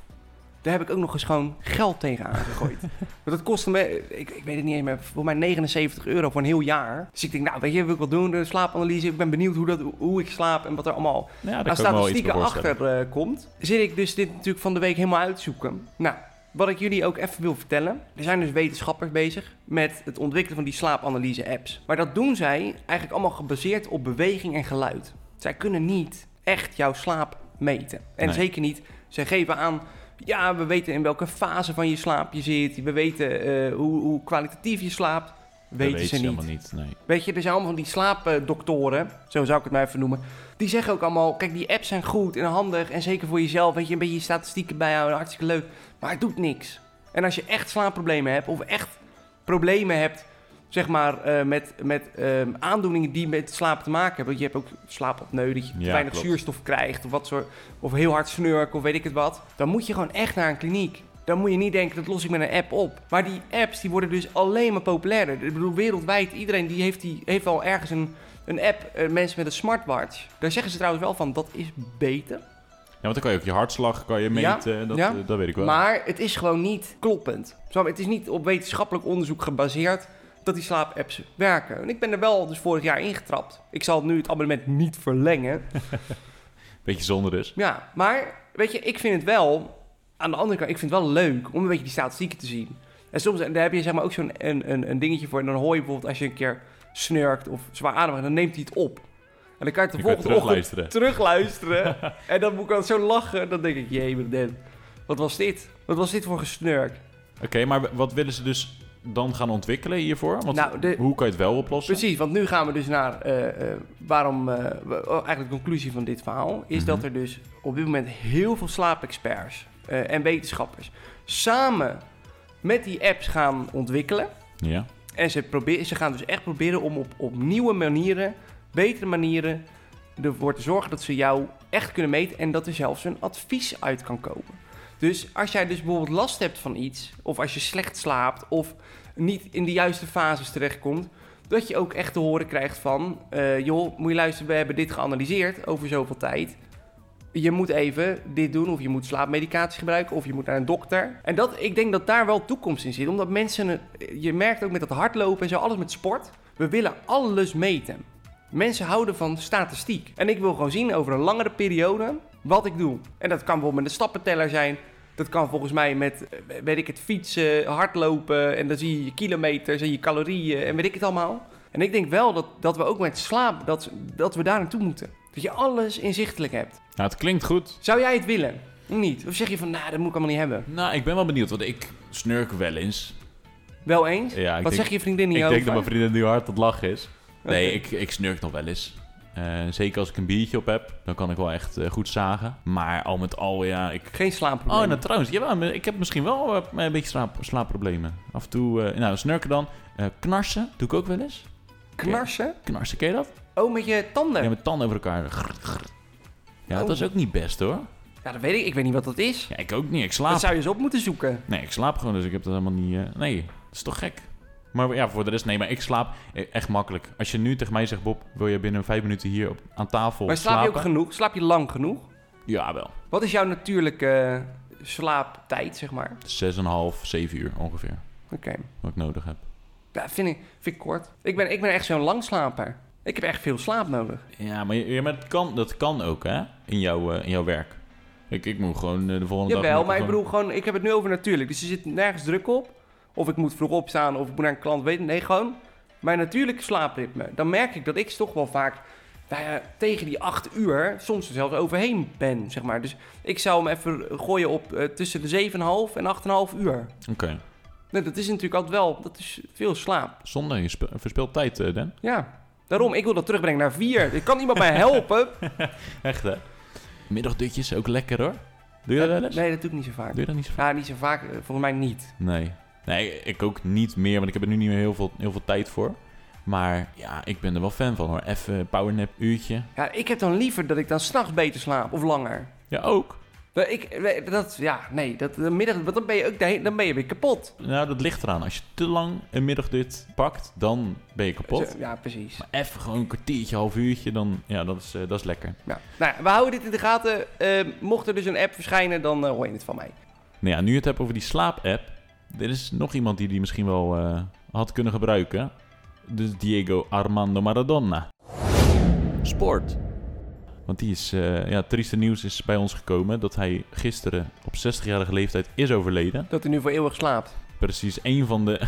[SPEAKER 2] Daar heb ik ook nog eens gewoon geld tegen aangegooid. Want dat kostte me, ik, ik weet het niet eens meer, voor mij 79 euro voor een heel jaar. Dus ik denk, nou weet je, wil ik wat doen? De slaapanalyse. Ik ben benieuwd hoe, dat, hoe ik slaap en wat er allemaal
[SPEAKER 1] Ja, daar
[SPEAKER 2] als
[SPEAKER 1] kan ik me wel iets
[SPEAKER 2] Nou, statistieken
[SPEAKER 1] bij voorstellen.
[SPEAKER 2] achter eh, komt, zit ik dus dit natuurlijk van de week helemaal uitzoeken. Nou, wat ik jullie ook even wil vertellen. Er zijn dus wetenschappers bezig met het ontwikkelen van die slaapanalyse-apps. Maar dat doen zij eigenlijk allemaal gebaseerd op beweging en geluid. Zij kunnen niet echt jouw slaap meten. En
[SPEAKER 1] Nee.
[SPEAKER 2] zeker niet, zij geven aan... Ja, we weten in welke fase van je slaap je zit. We weten eh, hoe, hoe kwalitatief je slaapt.
[SPEAKER 1] Dat
[SPEAKER 2] Weten ze niet.
[SPEAKER 1] helemaal niet, nee.
[SPEAKER 2] Weet je, er zijn allemaal van die slaapdoktoren, zo zou ik het maar even noemen. Die zeggen ook allemaal, kijk, die apps zijn goed en handig en zeker voor jezelf. Weet je, een beetje je statistieken bijhouden, hartstikke leuk. Maar het doet niks. En als je echt slaapproblemen hebt of echt problemen hebt, zeg maar, eh, met, met ehm, aandoeningen die met slaap te maken hebben. Want je hebt ook slaapapneu, dat je te
[SPEAKER 1] Ja,
[SPEAKER 2] weinig
[SPEAKER 1] klopt.
[SPEAKER 2] zuurstof krijgt of, wat soort, of heel hard snurken of weet ik het wat. Dan moet je gewoon echt naar een kliniek. Dan moet je niet denken, dat los ik met een app op. Maar die apps die worden dus alleen maar populairder. Ik bedoel, wereldwijd, iedereen die heeft, die, heeft wel ergens een, een app. eh, mensen met een smartwatch. Daar zeggen ze trouwens wel van, dat is beter.
[SPEAKER 1] Ja, want dan kan je ook je hartslag kan je
[SPEAKER 2] Ja,
[SPEAKER 1] meten. dat,
[SPEAKER 2] ja.
[SPEAKER 1] eh, dat weet ik wel.
[SPEAKER 2] Maar het is gewoon niet kloppend. Zo, Het is niet op wetenschappelijk onderzoek gebaseerd dat die slaapapps werken. En ik ben er wel dus vorig jaar ingetrapt. Ik zal nu het abonnement niet <laughs> verlengen.
[SPEAKER 1] Beetje zonde dus.
[SPEAKER 2] Ja, maar weet je, ik vind het wel... Aan de andere kant, ik vind het wel leuk om een beetje die statistieken te zien. En soms daar heb je zeg maar ook zo'n een, een, een dingetje voor. En dan hoor je bijvoorbeeld als je een keer snurkt of zwaar ademt, dan neemt hij het op. En dan kan je het
[SPEAKER 1] Je
[SPEAKER 2] de
[SPEAKER 1] kunt
[SPEAKER 2] volgende ochtend
[SPEAKER 1] terugluisteren.
[SPEAKER 2] terugluisteren. <laughs> en dan moet ik dan zo lachen. Dan denk ik, jee, man, wat was dit? Wat was dit voor gesnurk?
[SPEAKER 1] Oké, maar wat willen ze dus dan gaan ontwikkelen hiervoor? Want
[SPEAKER 2] Nou, de-
[SPEAKER 1] hoe kan je het wel oplossen?
[SPEAKER 2] Precies, want nu gaan we dus naar eh, eh, waarom, eh, wa- oh, eigenlijk de conclusie van dit verhaal, is
[SPEAKER 1] Mhm.
[SPEAKER 2] dat er dus op dit moment heel veel slaapexperts eh, en wetenschappers samen met die apps gaan ontwikkelen.
[SPEAKER 1] Ja.
[SPEAKER 2] En ze, proberen, ze gaan dus echt proberen om op, op nieuwe manieren, betere manieren, ervoor te zorgen dat ze jou echt kunnen meten en dat er zelfs een advies uit kan komen. Dus als jij dus bijvoorbeeld last hebt van iets, of als je slecht slaapt, of niet in de juiste fases terechtkomt, Dat je ook echt te horen krijgt van, eh, joh, moet je luisteren, we hebben dit geanalyseerd over zoveel tijd. Je moet even dit doen, of je moet slaapmedicatie gebruiken, of je moet naar een dokter. En dat, ik denk dat daar wel toekomst in zit, omdat mensen, eh, je merkt ook met dat hardlopen en zo, alles met sport, we willen alles meten. Mensen houden van statistiek. En ik wil gewoon zien over een langere periode wat ik doe. En dat kan bijvoorbeeld met een stappenteller zijn. Dat kan volgens mij met, eh, weet ik het, fietsen, hardlopen. En dan zie je je kilometers en je calorieën en weet ik het allemaal. En ik denk wel dat, dat we ook met slaap, dat, dat we daar naartoe moeten. Dat je alles inzichtelijk hebt.
[SPEAKER 1] Nou, het klinkt goed.
[SPEAKER 2] Zou jij het willen? Niet. Of zeg je van, nou, dat moet ik allemaal niet hebben.
[SPEAKER 1] Nou, ik ben wel benieuwd, want ik snurk wel eens.
[SPEAKER 2] Wel eens?
[SPEAKER 1] Ja, ik
[SPEAKER 2] Wat
[SPEAKER 1] denk,
[SPEAKER 2] zeg je vriendin
[SPEAKER 1] Ik
[SPEAKER 2] hierover?
[SPEAKER 1] denk dat mijn vriendin nu hard tot lachen is. Nee,
[SPEAKER 2] Oké.
[SPEAKER 1] ik, ik snurk nog wel eens. Eh, zeker als ik een biertje op heb, dan kan ik wel echt eh, goed zagen. Maar al met al, ja, ik...
[SPEAKER 2] Geen slaapprobleem.
[SPEAKER 1] Oh, nou trouwens, jawel, maar ik heb misschien wel eh, een beetje slaap, slaapproblemen. Af en toe, eh, nou, snurken dan. Eh, knarsen doe ik ook wel eens.
[SPEAKER 2] Knarsen?
[SPEAKER 1] Knarsen, ken je dat?
[SPEAKER 2] Oh, met je tanden?
[SPEAKER 1] Ja, met tanden over elkaar. Grr, grr. Ja,
[SPEAKER 2] Oh.
[SPEAKER 1] dat is ook niet best, hoor.
[SPEAKER 2] Ja, dat weet ik. Ik weet niet wat dat is.
[SPEAKER 1] Ja, ik ook niet. Ik
[SPEAKER 2] Dat
[SPEAKER 1] slaap.
[SPEAKER 2] zou je eens op moeten zoeken.
[SPEAKER 1] Nee, ik slaap gewoon, dus ik heb dat helemaal niet... eh, Nee, dat is toch gek? Maar ja, voor de rest, nee, maar ik slaap eh, echt makkelijk. Als je nu tegen mij zegt, Bob, wil je binnen vijf minuten hier op, aan tafel
[SPEAKER 2] Maar slaap je ook
[SPEAKER 1] slapen?
[SPEAKER 2] genoeg? Slaap je lang genoeg?
[SPEAKER 1] Ja, wel.
[SPEAKER 2] Wat is jouw natuurlijke eh, slaaptijd, zeg maar?
[SPEAKER 1] Zes en een half, zeven uur ongeveer,
[SPEAKER 2] Oké.
[SPEAKER 1] wat ik nodig heb.
[SPEAKER 2] Ja, vind ik, vind ik kort. Ik ben, ik ben echt zo'n langslaper. Ik heb echt veel slaap nodig.
[SPEAKER 1] Ja, maar, je- ja, maar dat, kan, dat kan ook, hè? In jouw, eh, in jouw werk. Ik, ik moet gewoon eh, de volgende dag...
[SPEAKER 2] Jawel,
[SPEAKER 1] moet
[SPEAKER 2] maar ik
[SPEAKER 1] gewoon-
[SPEAKER 2] bedoel gewoon, ik heb het nu over natuurlijk. Dus er zit nergens druk op. Of ik moet vroeg opstaan, of ik moet naar een klant weten. Nee, gewoon mijn natuurlijke slaapritme. Dan merk ik dat ik toch wel vaak nou ja, tegen die acht uur soms er zelfs overheen ben, zeg maar. Dus ik zou hem even gooien op eh, tussen de 7,5 en 8,5 uur.
[SPEAKER 1] Oké.
[SPEAKER 2] Nee, dat is natuurlijk altijd wel, dat is veel slaap.
[SPEAKER 1] Zonde, je spe- verspilt tijd, eh, Dan.
[SPEAKER 2] Ja, daarom. Ik wil dat terugbrengen naar vier. Ik kan iemand mij
[SPEAKER 1] <laughs>
[SPEAKER 2] helpen.
[SPEAKER 1] Echt, hè? Middagdutjes, ook lekker, hoor. Doe je dat wel eens?
[SPEAKER 2] Nee, dat doe ik niet zo vaak.
[SPEAKER 1] Doe je dat niet zo
[SPEAKER 2] Ja, niet zo vaak. eh, Volgens mij niet.
[SPEAKER 1] Nee. Nee, ik ook niet meer, want ik heb er nu niet meer heel veel, heel veel tijd voor. Maar ja, ik ben er wel fan van hoor. Even een powernap uurtje.
[SPEAKER 2] Ja, ik heb dan liever dat ik dan s'nachts beter slaap of langer.
[SPEAKER 1] Ja, ook.
[SPEAKER 2] Maar Ik, eh, dat, ja, nee, dat, de middag, want dan ben je ook de he- dan ben je weer kapot.
[SPEAKER 1] Nou, dat ligt eraan. Als je te lang een middagdut pakt, dan ben je kapot.
[SPEAKER 2] Zo, Dus, Ja, precies.
[SPEAKER 1] Maar even gewoon een kwartiertje, half uurtje, dan... Ja, dat is, eh, dat is lekker.
[SPEAKER 2] Ja. Nou, ja, we houden dit in de gaten. Eh, mocht er dus een app verschijnen, dan eh, hoor je het van mij.
[SPEAKER 1] Nou ja, nu je het hebt over die slaap-app. Er is nog iemand die die misschien wel eh, had kunnen gebruiken. Dus Diego Armando Maradona. Sport. Want die is, eh, ja, het trieste nieuws is bij ons gekomen dat hij gisteren op 60-jarige leeftijd is overleden.
[SPEAKER 2] Dat hij nu voor eeuwig slaapt.
[SPEAKER 1] Precies één van <laughs> de.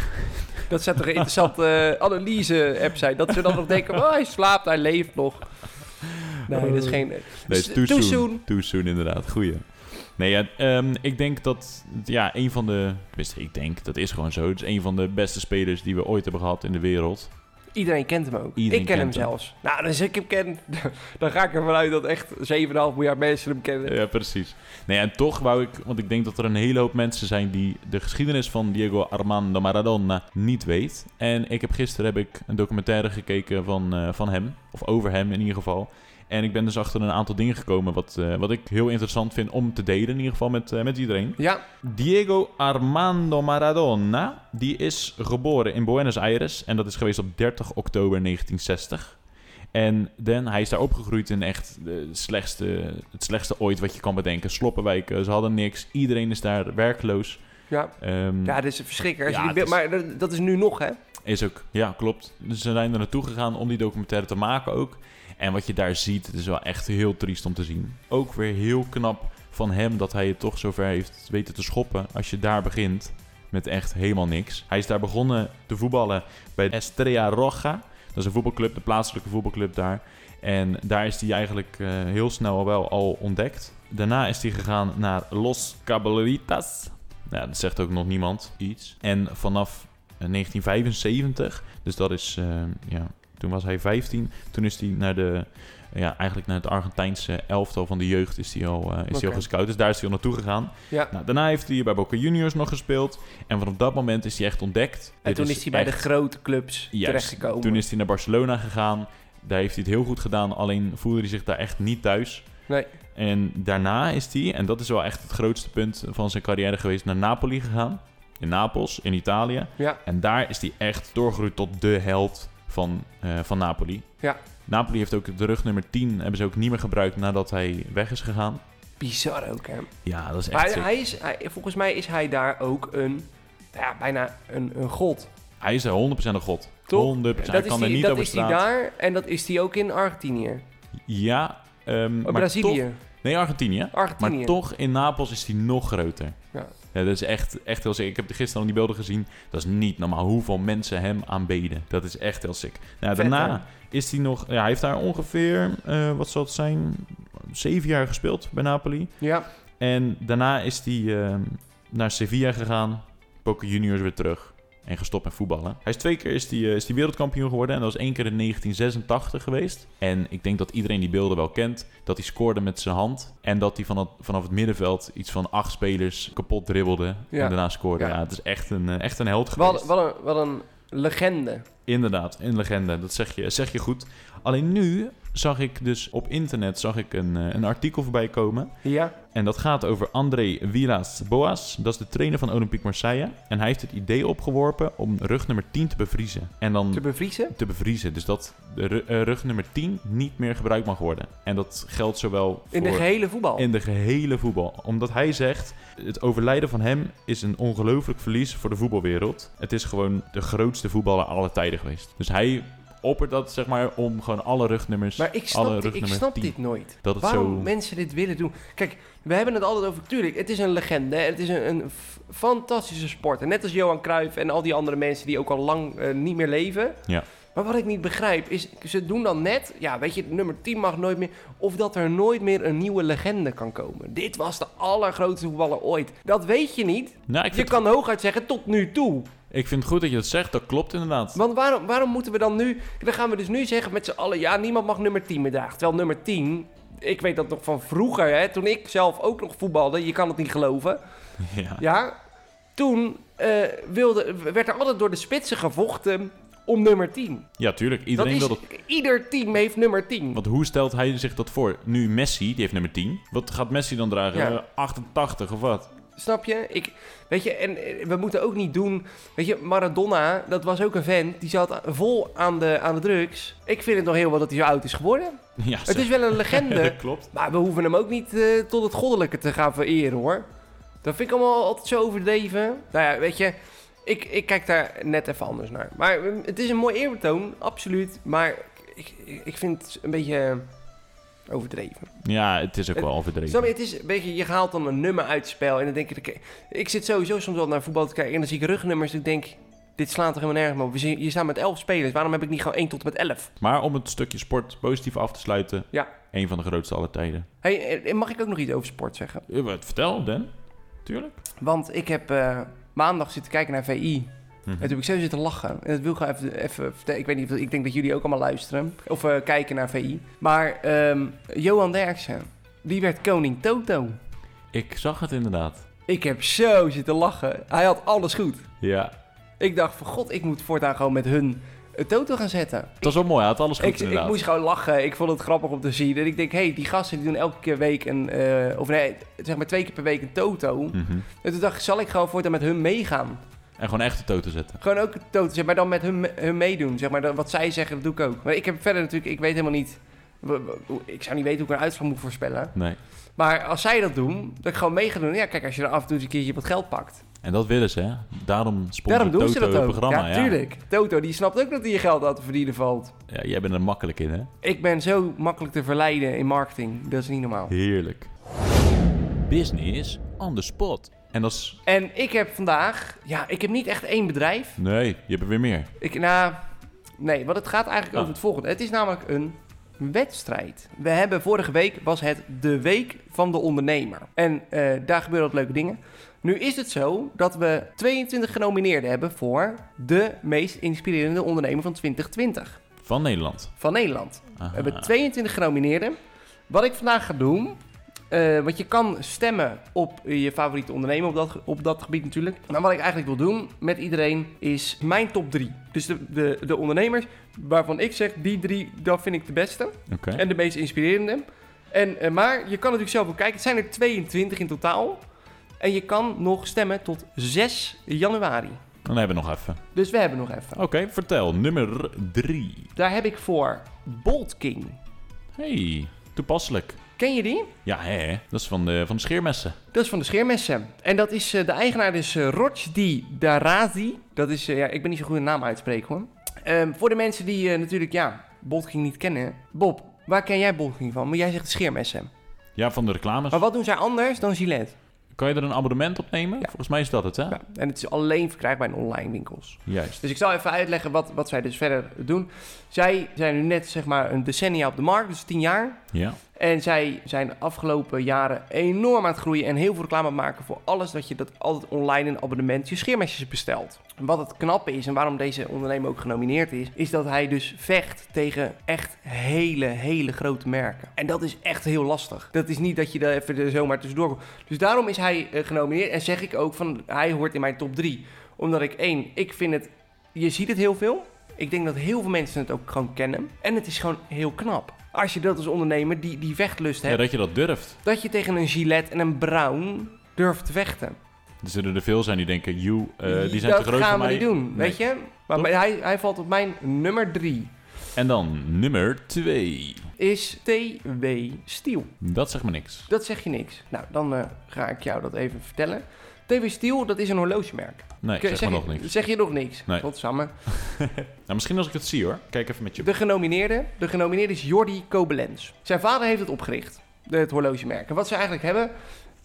[SPEAKER 2] Dat zou toch een interessante eh, analyse-app zijn. Dat ze dan nog
[SPEAKER 1] <laughs>
[SPEAKER 2] denken, oh, hij slaapt, hij leeft nog. Nee, dat
[SPEAKER 1] Eh.
[SPEAKER 2] is geen... eh,
[SPEAKER 1] Nee, het is too, soon. Too soon, inderdaad. Goeie. Nee, ja, ehm, ik denk dat, ja, een van de. Tenminste, ik denk, dat is gewoon zo. Het is een van de beste spelers die we ooit hebben gehad in de wereld.
[SPEAKER 2] Iedereen kent hem ook.
[SPEAKER 1] Iedereen
[SPEAKER 2] ik ken
[SPEAKER 1] kent
[SPEAKER 2] hem
[SPEAKER 1] hem.
[SPEAKER 2] zelfs. Nou, dus ik hem ken, <laughs> dan ga ik ervan uit dat echt 7,5 miljard mensen hem kennen.
[SPEAKER 1] Ja, precies. Nee, en toch wou ik, want ik denk dat er een hele hoop mensen zijn die de geschiedenis van Diego Armando Maradona niet weet. En ik heb gisteren heb ik een documentaire gekeken van, eh, van hem, of over hem in ieder geval. En ik ben dus achter een aantal dingen gekomen wat, eh, wat ik heel interessant vind om te delen, in ieder geval met, eh, met iedereen.
[SPEAKER 2] Ja,
[SPEAKER 1] Diego Armando Maradona, die is geboren in Buenos Aires en dat is geweest op 30 oktober 1960. En Dan, hij is daar opgegroeid in echt de slechtste, het slechtste ooit wat je kan bedenken. Sloppenwijken, ze hadden niks, iedereen is daar werkloos.
[SPEAKER 2] ja.
[SPEAKER 1] Ehm,
[SPEAKER 2] ja dat is verschrikkelijk. Als
[SPEAKER 1] Ja,
[SPEAKER 2] je die
[SPEAKER 1] het
[SPEAKER 2] beeld- Maar dat- dat is nu nog, hè?
[SPEAKER 1] Is ook, ja, klopt. Dus ze zijn er naartoe gegaan om die documentaire te maken ook. En wat je daar ziet, het is wel echt heel triest om te zien. Ook weer heel knap van hem dat hij het toch zover heeft weten te schoppen als je daar begint met echt helemaal niks. Hij is daar begonnen te voetballen bij Estrella Roja. Dat is een voetbalclub, de plaatselijke voetbalclub daar. En daar is hij eigenlijk eh, heel snel wel al ontdekt. Daarna is hij gegaan naar Los Caballeritas. Nou, dat zegt ook nog niemand iets. En vanaf eh, 1975. Dus dat is, eh, ja, toen was hij 15. Toen is hij naar de, eh, ja, eigenlijk naar het Argentijnse elftal van de jeugd is hij al, eh, is hij
[SPEAKER 2] Oké.
[SPEAKER 1] al gescout. Dus daar is hij al naartoe gegaan.
[SPEAKER 2] Ja.
[SPEAKER 1] Nou, daarna heeft hij bij Boca Juniors nog gespeeld. En vanaf dat moment is hij echt ontdekt.
[SPEAKER 2] En
[SPEAKER 1] Dit
[SPEAKER 2] toen is hij bij de
[SPEAKER 1] echt-
[SPEAKER 2] grote clubs
[SPEAKER 1] Juist.
[SPEAKER 2] terechtgekomen.
[SPEAKER 1] Toen is hij naar Barcelona gegaan. Daar heeft hij het heel goed gedaan. Alleen voelde hij zich daar echt niet thuis.
[SPEAKER 2] Nee.
[SPEAKER 1] En daarna is hij, en dat is wel echt het grootste punt van zijn carrière geweest, naar Napoli gegaan. In Napels, in Italië.
[SPEAKER 2] Ja.
[SPEAKER 1] En daar is hij echt doorgegroeid tot de held van, eh, van Napoli.
[SPEAKER 2] Ja.
[SPEAKER 1] Napoli heeft ook de rug nummer 10, hebben ze ook niet meer gebruikt nadat hij weg is gegaan.
[SPEAKER 2] Bizar ook, hè?
[SPEAKER 1] Ja, dat is echt
[SPEAKER 2] Maar
[SPEAKER 1] sick.
[SPEAKER 2] hij is, hij- volgens mij is hij daar ook een, nou ja, bijna een, een god.
[SPEAKER 1] Hij is er 100% een god.
[SPEAKER 2] Toch?
[SPEAKER 1] 100%.
[SPEAKER 2] Dat
[SPEAKER 1] Hij
[SPEAKER 2] is
[SPEAKER 1] kan
[SPEAKER 2] die,
[SPEAKER 1] er niet
[SPEAKER 2] dat
[SPEAKER 1] over
[SPEAKER 2] is die
[SPEAKER 1] straat.
[SPEAKER 2] daar en dat is die ook in Argentinië.
[SPEAKER 1] Ja, ehm,
[SPEAKER 2] Oh,
[SPEAKER 1] maar
[SPEAKER 2] Brazilië.
[SPEAKER 1] toch- nee, Argentinië.
[SPEAKER 2] Argentinië.
[SPEAKER 1] Maar toch, in Napels is die nog groter.
[SPEAKER 2] Ja.
[SPEAKER 1] dat is echt, echt heel sick. Ik heb gisteren al die beelden gezien. Dat is niet normaal hoeveel mensen hem aanbeden. Dat is echt heel sick. Nou,
[SPEAKER 2] Vet,
[SPEAKER 1] daarna is hij nog... Ja, hij heeft daar ongeveer, eh, wat zal het zijn, zeven jaar gespeeld bij Napoli.
[SPEAKER 2] Ja,
[SPEAKER 1] En daarna is hij ehm, naar Sevilla gegaan. Boca Juniors weer terug. En gestopt met voetballen. Hij is twee keer is die, eh, is die wereldkampioen geworden. En dat was één keer in 1986 geweest. En ik denk dat iedereen die beelden wel kent. Dat hij scoorde met zijn hand. En dat hij van het- vanaf het middenveld iets van acht spelers kapot dribbelde.
[SPEAKER 2] Ja.
[SPEAKER 1] En daarna scoorde.
[SPEAKER 2] Ja.
[SPEAKER 1] Ja. het is echt een, eh, echt een held geweest.
[SPEAKER 2] wat, wat, een, wat een legende.
[SPEAKER 1] Inderdaad, een legende. Dat zeg je, zeg je goed. Alleen nu zag ik dus op internet zag ik een, eh, een artikel voorbij komen.
[SPEAKER 2] Ja,
[SPEAKER 1] En dat gaat over André Vilas Boas. Dat is de trainer van Olympique Marseille. En hij heeft het idee opgeworpen om rug nummer 10 te bevriezen. En
[SPEAKER 2] te
[SPEAKER 1] dan
[SPEAKER 2] bevriezen.
[SPEAKER 1] te bevriezen. Dus dat de ru- eh, rug nummer 10 niet meer gebruikt mag worden. En dat geldt zowel
[SPEAKER 2] In de
[SPEAKER 1] voor
[SPEAKER 2] gehele voetbal.
[SPEAKER 1] in de gehele voetbal. Omdat hij zegt, het overlijden van hem is een ongelooflijk verlies voor de voetbalwereld. Het is gewoon de grootste voetballer aller tijden geweest. Dus hij oppert dat zeg maar om gewoon alle rugnummers...
[SPEAKER 2] Maar ik
[SPEAKER 1] alle
[SPEAKER 2] snap, dit, ik
[SPEAKER 1] rugnummer
[SPEAKER 2] snap
[SPEAKER 1] 10.
[SPEAKER 2] dit nooit.
[SPEAKER 1] Dat het
[SPEAKER 2] Waarom
[SPEAKER 1] zo...
[SPEAKER 2] mensen dit willen doen. Kijk, we hebben het altijd over... Tuurlijk, het is een legende. Het is een, een f- fantastische sport. En net als Johan Cruijff en al die andere mensen die ook al lang eh, niet meer leven.
[SPEAKER 1] Ja.
[SPEAKER 2] Maar wat ik niet begrijp is... Ze doen dan net... Ja, weet je, nummer 10 mag nooit meer... Of dat er nooit meer een nieuwe legende kan komen. Dit was de allergrootste voetballer ooit. Dat weet je niet.
[SPEAKER 1] Nou, ik
[SPEAKER 2] Je
[SPEAKER 1] vind,
[SPEAKER 2] kan hooguit zeggen tot nu toe.
[SPEAKER 1] ik vind het goed dat je dat zegt. Dat klopt inderdaad.
[SPEAKER 2] Want waarom, waarom moeten we dan nu... Dan gaan we dus nu zeggen met z'n allen... Ja, niemand mag nummer 10 meer dragen. Terwijl nummer 10... Ik weet dat nog van vroeger, hè, toen ik zelf ook nog voetbalde. Je kan het niet geloven.
[SPEAKER 1] <laughs> Ja.
[SPEAKER 2] Ja, toen eh, wilde, werd er altijd door de spitsen gevochten om nummer 10.
[SPEAKER 1] Ja, tuurlijk. Iedereen
[SPEAKER 2] dat is,
[SPEAKER 1] wil dat.
[SPEAKER 2] Ieder team heeft nummer 10.
[SPEAKER 1] Want hoe stelt hij zich dat voor? Nu Messi, die heeft nummer 10. Wat gaat Messi dan dragen?
[SPEAKER 2] Ja.
[SPEAKER 1] Eh, 88 of wat? <laughs>
[SPEAKER 2] Snap je? Ik, weet je, en eh, we moeten ook niet doen... Weet je, Maradona, dat was ook een vent. Die zat vol aan de, aan de drugs. Ik vind het nog heel wat dat hij zo oud is geworden.
[SPEAKER 1] Ja,
[SPEAKER 2] Het
[SPEAKER 1] zeg.
[SPEAKER 2] is eh, wel een
[SPEAKER 1] <laughs>
[SPEAKER 2] legende.
[SPEAKER 1] dat klopt.
[SPEAKER 2] Maar we hoeven hem ook niet eh, tot het goddelijke te gaan vereren hoor. Dat vind ik allemaal altijd zo overdreven. Nou ja, weet je, ik, ik kijk daar net even anders naar. Maar mm, het is een mooi eerbetoon, absoluut. Maar ik, ik- ik vind het een beetje eh, overdreven.
[SPEAKER 1] Ja, het is ook
[SPEAKER 2] Het-
[SPEAKER 1] wel
[SPEAKER 2] Snap je,
[SPEAKER 1] overdreven.
[SPEAKER 2] het is een beetje, je haalt dan een nummer uit het spel. En dan denk ik, oké, ik zit sowieso soms wel naar voetbal te kijken. En dan zie ik rugnummers en ik denk, dit slaat toch helemaal nergens meer op. We zien- Je staat met 11 spelers, waarom heb ik niet gewoon 1 tot en met 11?
[SPEAKER 1] Maar om het stukje sport positief af te sluiten.
[SPEAKER 2] Ja.
[SPEAKER 1] Een van de grootste aller tijden.
[SPEAKER 2] Hey, eh, mag ik ook nog iets over sport zeggen?
[SPEAKER 1] Eh, wat, Vertel, Dan. Tuurlijk.
[SPEAKER 2] Want ik heb eh, maandag zitten kijken naar VI.
[SPEAKER 1] Mhm.
[SPEAKER 2] En toen heb ik zo zitten lachen. En dat wil ik gewoon even, even vertellen. Ik weet niet, of- ik denk dat jullie ook allemaal luisteren. Of eh, kijken naar VI. Maar ehm, Johan Derksen, die werd koning Toto.
[SPEAKER 1] Ik zag het inderdaad.
[SPEAKER 2] Ik heb zo zitten lachen. Hij had alles goed.
[SPEAKER 1] Ja.
[SPEAKER 2] Ik dacht van god, ik moet voortaan gewoon met hun het Toto gaan zetten.
[SPEAKER 1] Het was wel mooi. Hij had alles goed
[SPEAKER 2] Ik, ik
[SPEAKER 1] inderdaad.
[SPEAKER 2] moest gewoon lachen. Ik vond het grappig om te zien. En ik denk, hé, hey, die gasten die doen elke keer week een... eh, of nee, zeg maar twee keer per week een Toto.
[SPEAKER 1] Mhm.
[SPEAKER 2] En toen dacht ik, zal ik gewoon voortaan met hun meegaan?
[SPEAKER 1] En gewoon echt de toten zetten.
[SPEAKER 2] Gewoon ook dood, zeg maar dan met hun, hun meedoen. Zeg maar, dan wat zij zeggen, dat doe ik ook. Maar ik heb verder natuurlijk, ik weet helemaal niet. w- w- hoe- Ik zou niet weten hoe ik een uitslag moet voorspellen.
[SPEAKER 1] Nee.
[SPEAKER 2] Maar als zij dat doen, dat ik gewoon mee ga doen. Ja, kijk, als je er af en toe eens een keertje wat geld pakt.
[SPEAKER 1] En dat willen ze, hè? Daarom
[SPEAKER 2] Daarom
[SPEAKER 1] sponsoren
[SPEAKER 2] doen
[SPEAKER 1] Toto
[SPEAKER 2] ze dat
[SPEAKER 1] het
[SPEAKER 2] ook.
[SPEAKER 1] programma.
[SPEAKER 2] ja, tuurlijk. Toto, die snapt ook dat hij je geld aan te verdienen valt.
[SPEAKER 1] ja, jij bent er makkelijk in, hè?
[SPEAKER 2] Ik ben zo makkelijk te verleiden in marketing. Dat is niet normaal.
[SPEAKER 1] Heerlijk. Business on the spot. En dat is...
[SPEAKER 2] En ik heb vandaag, ja, ik heb niet echt één bedrijf.
[SPEAKER 1] Nee, je hebt er weer meer.
[SPEAKER 2] Ik, nou, nee, want het gaat eigenlijk
[SPEAKER 1] Ah.
[SPEAKER 2] over het volgende. Het is namelijk een wedstrijd. We hebben vorige week was het de week van de ondernemer. En eh, daar gebeuren wat leuke dingen. Nu is het zo dat we 22 genomineerden hebben voor de meest inspirerende ondernemer van 2020
[SPEAKER 1] Van Nederland.
[SPEAKER 2] van Nederland.
[SPEAKER 1] Aha.
[SPEAKER 2] We hebben 22 genomineerden. Wat ik vandaag ga doen. eh, want je kan stemmen op je favoriete ondernemer op dat, ge- op dat gebied natuurlijk. Maar wat ik eigenlijk wil doen met iedereen is mijn top 3. Dus de, de, de ondernemers waarvan ik zeg, die drie, dat vind ik de beste.
[SPEAKER 1] Oké.
[SPEAKER 2] En de meest inspirerende. En, eh, maar je kan natuurlijk zelf ook kijken. Het zijn er 22 in totaal. En je kan nog stemmen tot 6 januari.
[SPEAKER 1] Dan hebben we nog even.
[SPEAKER 2] Dus we hebben nog even.
[SPEAKER 1] Oké, vertel. Nummer drie.
[SPEAKER 2] Daar heb ik voor Bolt King.
[SPEAKER 1] Hey, toepasselijk.
[SPEAKER 2] Ken je die?
[SPEAKER 1] Ja, hè? Dat is van de, van de scheermessen.
[SPEAKER 2] Dat is van de scheermessen. En dat is, eh, de eigenaar is eh, Rojdi Darazi. Dat is, eh, ja, ik ben niet zo goed een naam uitspreken hoor. Ehm, voor de mensen die eh, natuurlijk, ja, Bolt King niet kennen. Bob, waar ken jij Bolt King van? Maar jij zegt de scheermessen.
[SPEAKER 1] Ja, van de reclames.
[SPEAKER 2] Maar wat doen zij anders dan Gillette?
[SPEAKER 1] Kan je er een abonnement op nemen? Volgens mij is dat het, hè?
[SPEAKER 2] Ja, en het is alleen verkrijgbaar in online winkels.
[SPEAKER 1] Juist.
[SPEAKER 2] Dus ik zal even uitleggen wat, wat zij dus verder doen. Zij zijn nu net zeg maar een decennia op de markt, dus 10 jaar.
[SPEAKER 1] Ja.
[SPEAKER 2] En zij zijn de afgelopen jaren enorm aan het groeien en heel veel reclame maken voor alles dat je dat altijd online in abonnement je scheermesjes bestelt. En Wat het knappe is en waarom deze ondernemer ook genomineerd is, is dat hij dus vecht tegen echt hele, hele grote merken. En dat is echt heel lastig. Dat is niet dat je daar even er zomaar tussendoor komt. Dus daarom is hij eh, genomineerd en zeg ik ook van hij hoort in mijn top 3. Omdat ik één, ik vind het, je ziet het heel veel. Ik denk dat heel veel mensen het ook gewoon kennen. En het is gewoon heel knap. Als je dat als ondernemer, die, die vechtlust
[SPEAKER 1] ja,
[SPEAKER 2] hebt,
[SPEAKER 1] dat je dat durft.
[SPEAKER 2] dat je tegen een Gillette en een Brown durft te vechten.
[SPEAKER 1] Er zullen er veel zijn die denken, you, eh, die zijn
[SPEAKER 2] dat
[SPEAKER 1] te groot
[SPEAKER 2] gaan
[SPEAKER 1] voor
[SPEAKER 2] we
[SPEAKER 1] mij.
[SPEAKER 2] niet doen, weet je? Maar
[SPEAKER 1] Toch?
[SPEAKER 2] hij, hij valt op mijn nummer 3.
[SPEAKER 1] En dan nummer twee.
[SPEAKER 2] Is TW Steel.
[SPEAKER 1] Dat zegt me niks.
[SPEAKER 2] Dat zeg je niks. Nou, dan eh, ga ik jou dat even vertellen. TW Steel, dat is een horlogemerk.
[SPEAKER 1] Nee,
[SPEAKER 2] Ke-
[SPEAKER 1] zegt
[SPEAKER 2] zeg
[SPEAKER 1] me
[SPEAKER 2] je-
[SPEAKER 1] nog niks.
[SPEAKER 2] Zeg je nog niks?
[SPEAKER 1] Nee.
[SPEAKER 2] Godsamme.
[SPEAKER 1] Nou, misschien als ik het zie, hoor. Kijk even met je...
[SPEAKER 2] De genomineerde, de genomineerde is Jordi Kobelens. Zijn vader heeft het opgericht, het horlogemerk. En wat ze eigenlijk hebben,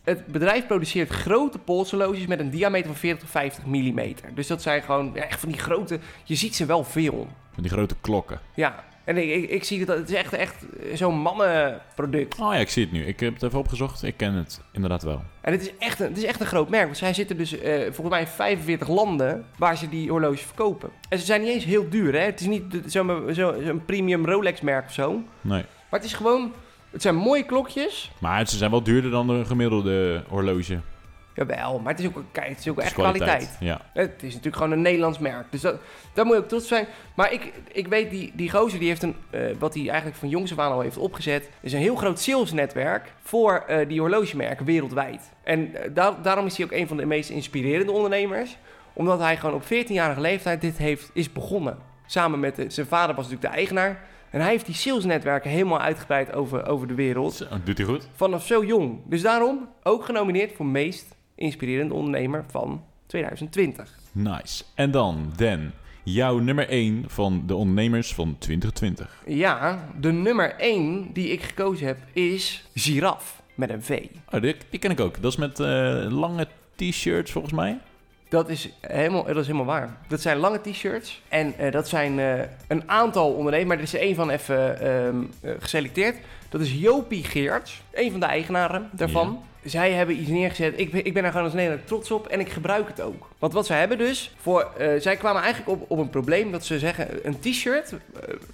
[SPEAKER 2] het bedrijf produceert grote polshorloges met een diameter van 40 tot 50 mm. Dus dat zijn gewoon ja, echt van die grote, je ziet ze wel veel.
[SPEAKER 1] Met die grote klokken.
[SPEAKER 2] Ja, en ik, ik, ik zie dat het is echt, echt zo'n mannenproduct.
[SPEAKER 1] Oh ja, ik zie het nu. Ik heb het even opgezocht. Ik ken het inderdaad wel.
[SPEAKER 2] En het is echt een, het is echt een groot merk, want zij zitten dus eh, volgens mij in 45 landen waar ze die horloges verkopen. En ze zijn niet eens heel duur, hè. Het is niet de- zo'n zo, zo'n premium Rolex merk of zo.
[SPEAKER 1] Nee.
[SPEAKER 2] Maar het is gewoon, het zijn mooie klokjes.
[SPEAKER 1] Maar ze zijn wel duurder dan een gemiddelde horloge.
[SPEAKER 2] Jawel, maar het is ook, kijk, het is ook
[SPEAKER 1] Dus
[SPEAKER 2] echt kwaliteit.
[SPEAKER 1] Ja.
[SPEAKER 2] Het is natuurlijk gewoon een Nederlands merk. Dus dat, daar moet je ook trots op zijn. Maar ik, ik weet, die, die gozer die heeft een, eh, wat hij eigenlijk van jongs af aan al heeft opgezet, is een heel groot salesnetwerk voor eh, die horlogemerken wereldwijd. En eh, daar- daarom is hij ook een van de meest inspirerende ondernemers. Omdat hij gewoon op 14-jarige leeftijd dit heeft, is begonnen. Samen met eh, zijn vader was natuurlijk de eigenaar. En hij heeft die salesnetwerken helemaal uitgebreid over, over de wereld
[SPEAKER 1] Zo, doet hij goed?
[SPEAKER 2] vanaf zo jong. Dus daarom ook genomineerd voor meest inspirerende ondernemer van 2020.
[SPEAKER 1] Nice. En dan, Dan. Jouw nummer 1 van de ondernemers van 2020.
[SPEAKER 2] Ja, de nummer 1 die ik gekozen heb is Giraf met een V.
[SPEAKER 1] Oh, die, die ken ik ook. Dat is met eh, lange t-shirts volgens mij.
[SPEAKER 2] Dat is helemaal, dat is helemaal waar. Dat zijn lange t-shirts en eh, dat zijn eh, een aantal ondernemers, maar er is er één van even ehm, eh, geselecteerd. Dat is Jopie Geerts, een van de eigenaren daarvan. Zij hebben iets neergezet. Ik, ben- ik ben er gewoon als Nederlander trots op en ik gebruik het ook. Want wat zij hebben dus, voor, eh, zij kwamen eigenlijk op, op een probleem dat ze zeggen, een t-shirt, eh,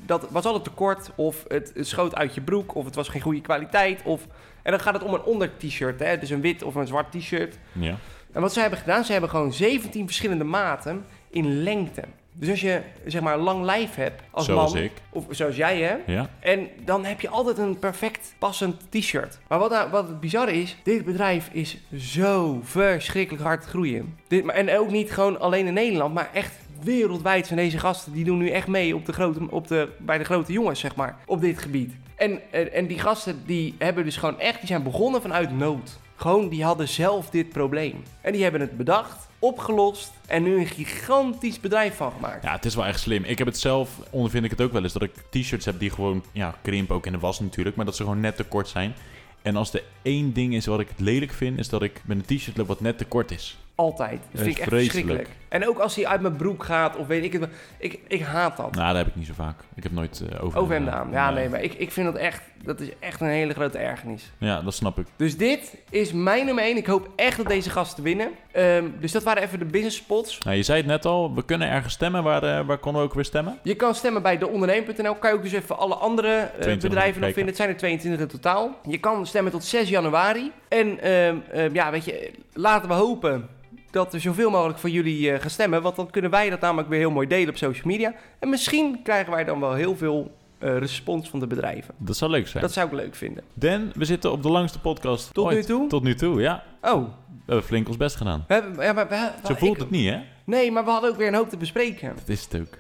[SPEAKER 2] dat was altijd te kort of het, het schoot uit je broek of het was geen goede kwaliteit. Of, en dan gaat het om een onder t-shirt, hè, dus een wit of een zwart t-shirt.
[SPEAKER 1] Ja.
[SPEAKER 2] En wat zij hebben gedaan, ze hebben gewoon 17 verschillende maten in lengte. Dus als je zeg maar een lang lijf hebt als
[SPEAKER 1] Zoals
[SPEAKER 2] man,
[SPEAKER 1] ik.
[SPEAKER 2] of zoals jij hè,
[SPEAKER 1] Ja.
[SPEAKER 2] en dan heb je altijd een perfect passend t-shirt. Maar wat, daar- wat het bizarre is, dit bedrijf is zo verschrikkelijk hard groeien. Dit, maar- en ook niet gewoon alleen in Nederland, maar echt wereldwijd zijn deze gasten. Die doen nu echt mee op de grote, op de, bij de grote jongens, zeg maar, op dit gebied. En, en, en die gasten die hebben dus gewoon echt, die zijn begonnen vanuit nood. Gewoon, die hadden zelf dit probleem. En die hebben het bedacht, opgelost en nu een gigantisch bedrijf van gemaakt.
[SPEAKER 1] Ja, het is wel echt slim. Ik heb het zelf, ondervind ik het ook wel eens, dat ik t-shirts heb die gewoon, ja, krimpen ook in de was natuurlijk, maar dat ze gewoon net te kort zijn. En als er één ding is wat ik het lelijk vind, is dat ik met een t-shirt loop wat net te kort is.
[SPEAKER 2] Altijd. Dat
[SPEAKER 1] is
[SPEAKER 2] vind ik echt
[SPEAKER 1] vreselijk.
[SPEAKER 2] verschrikkelijk. En ook als hij uit mijn broek gaat of weet ik het wel. Ik, ik haat dat.
[SPEAKER 1] Nou, dat heb ik niet zo vaak. Ik heb nooit eh over
[SPEAKER 2] Over hem aan. Ja, nee, maar ik, ik vind dat echt... Dat is echt een hele grote ergernis.
[SPEAKER 1] Ja, dat snap ik.
[SPEAKER 2] Dus dit is mijn nummer 1. Ik hoop echt dat deze gasten winnen. Ehm, dus dat waren even de business spots.
[SPEAKER 1] Nou, je zei het net al, we kunnen ergens stemmen. Waar, eh, waar konden we ook weer stemmen?
[SPEAKER 2] Je kan stemmen bij deondernemer.nl. Kan je ook dus even alle andere eh,
[SPEAKER 1] 22
[SPEAKER 2] bedrijven nog
[SPEAKER 1] bekijken.
[SPEAKER 2] vinden. Het zijn er 22 in totaal. Je kan stemmen tot 6 januari. En ehm, ehm, ja, weet je, laten we hopen dat er zoveel mogelijk van jullie eh, gaan stemmen. Want dan kunnen wij dat namelijk weer heel mooi delen op social media. En misschien krijgen wij dan wel heel veel eh, respons van de bedrijven.
[SPEAKER 1] Dat zou leuk zijn.
[SPEAKER 2] Dat zou ik leuk vinden.
[SPEAKER 1] Dan, we zitten op de langste podcast
[SPEAKER 2] Tot
[SPEAKER 1] ooit.
[SPEAKER 2] nu toe?
[SPEAKER 1] Tot nu toe, ja.
[SPEAKER 2] Oh,
[SPEAKER 1] hebben flink ons best gedaan.
[SPEAKER 2] We hebben, ja, maar we,
[SPEAKER 1] Zo
[SPEAKER 2] Nou, ik-
[SPEAKER 1] voelt het niet, hè?
[SPEAKER 2] Nee, maar we hadden ook weer een hoop te bespreken.
[SPEAKER 1] Dat is het ook.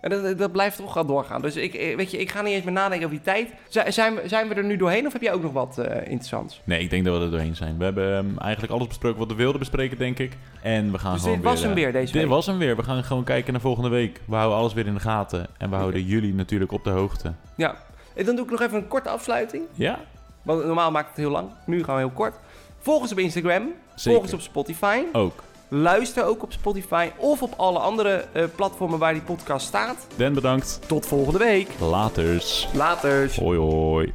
[SPEAKER 2] En dat, dat blijft toch al doorgaan. Dus ik, eh, weet je, ik ga niet eens meer nadenken over die tijd. Z- zijn, we, zijn we er nu doorheen of heb jij ook nog wat eh, interessants?
[SPEAKER 1] Nee, ik denk dat we er doorheen zijn. We hebben ehm, eigenlijk alles besproken wat we wilden bespreken, denk ik. En we gaan
[SPEAKER 2] Dus
[SPEAKER 1] gewoon
[SPEAKER 2] dit was
[SPEAKER 1] weer,
[SPEAKER 2] hem
[SPEAKER 1] eh,
[SPEAKER 2] weer deze
[SPEAKER 1] Dit
[SPEAKER 2] week.
[SPEAKER 1] was hem weer. We gaan gewoon kijken naar volgende week. We houden alles weer in de gaten. En we houden jullie natuurlijk op de hoogte.
[SPEAKER 2] Ja. En dan doe ik nog even een korte afsluiting.
[SPEAKER 1] Ja?
[SPEAKER 2] Want normaal maakt het heel lang. Nu gaan we heel kort. Volg ons op Instagram.
[SPEAKER 1] Zeker.
[SPEAKER 2] Volg ons op Spotify.
[SPEAKER 1] Ook.
[SPEAKER 2] Luister ook op Spotify of op alle andere eh, platformen waar die podcast staat.
[SPEAKER 1] Dan bedankt.
[SPEAKER 2] Tot volgende week.
[SPEAKER 1] Laters.
[SPEAKER 2] Later.
[SPEAKER 1] Hoi hoi.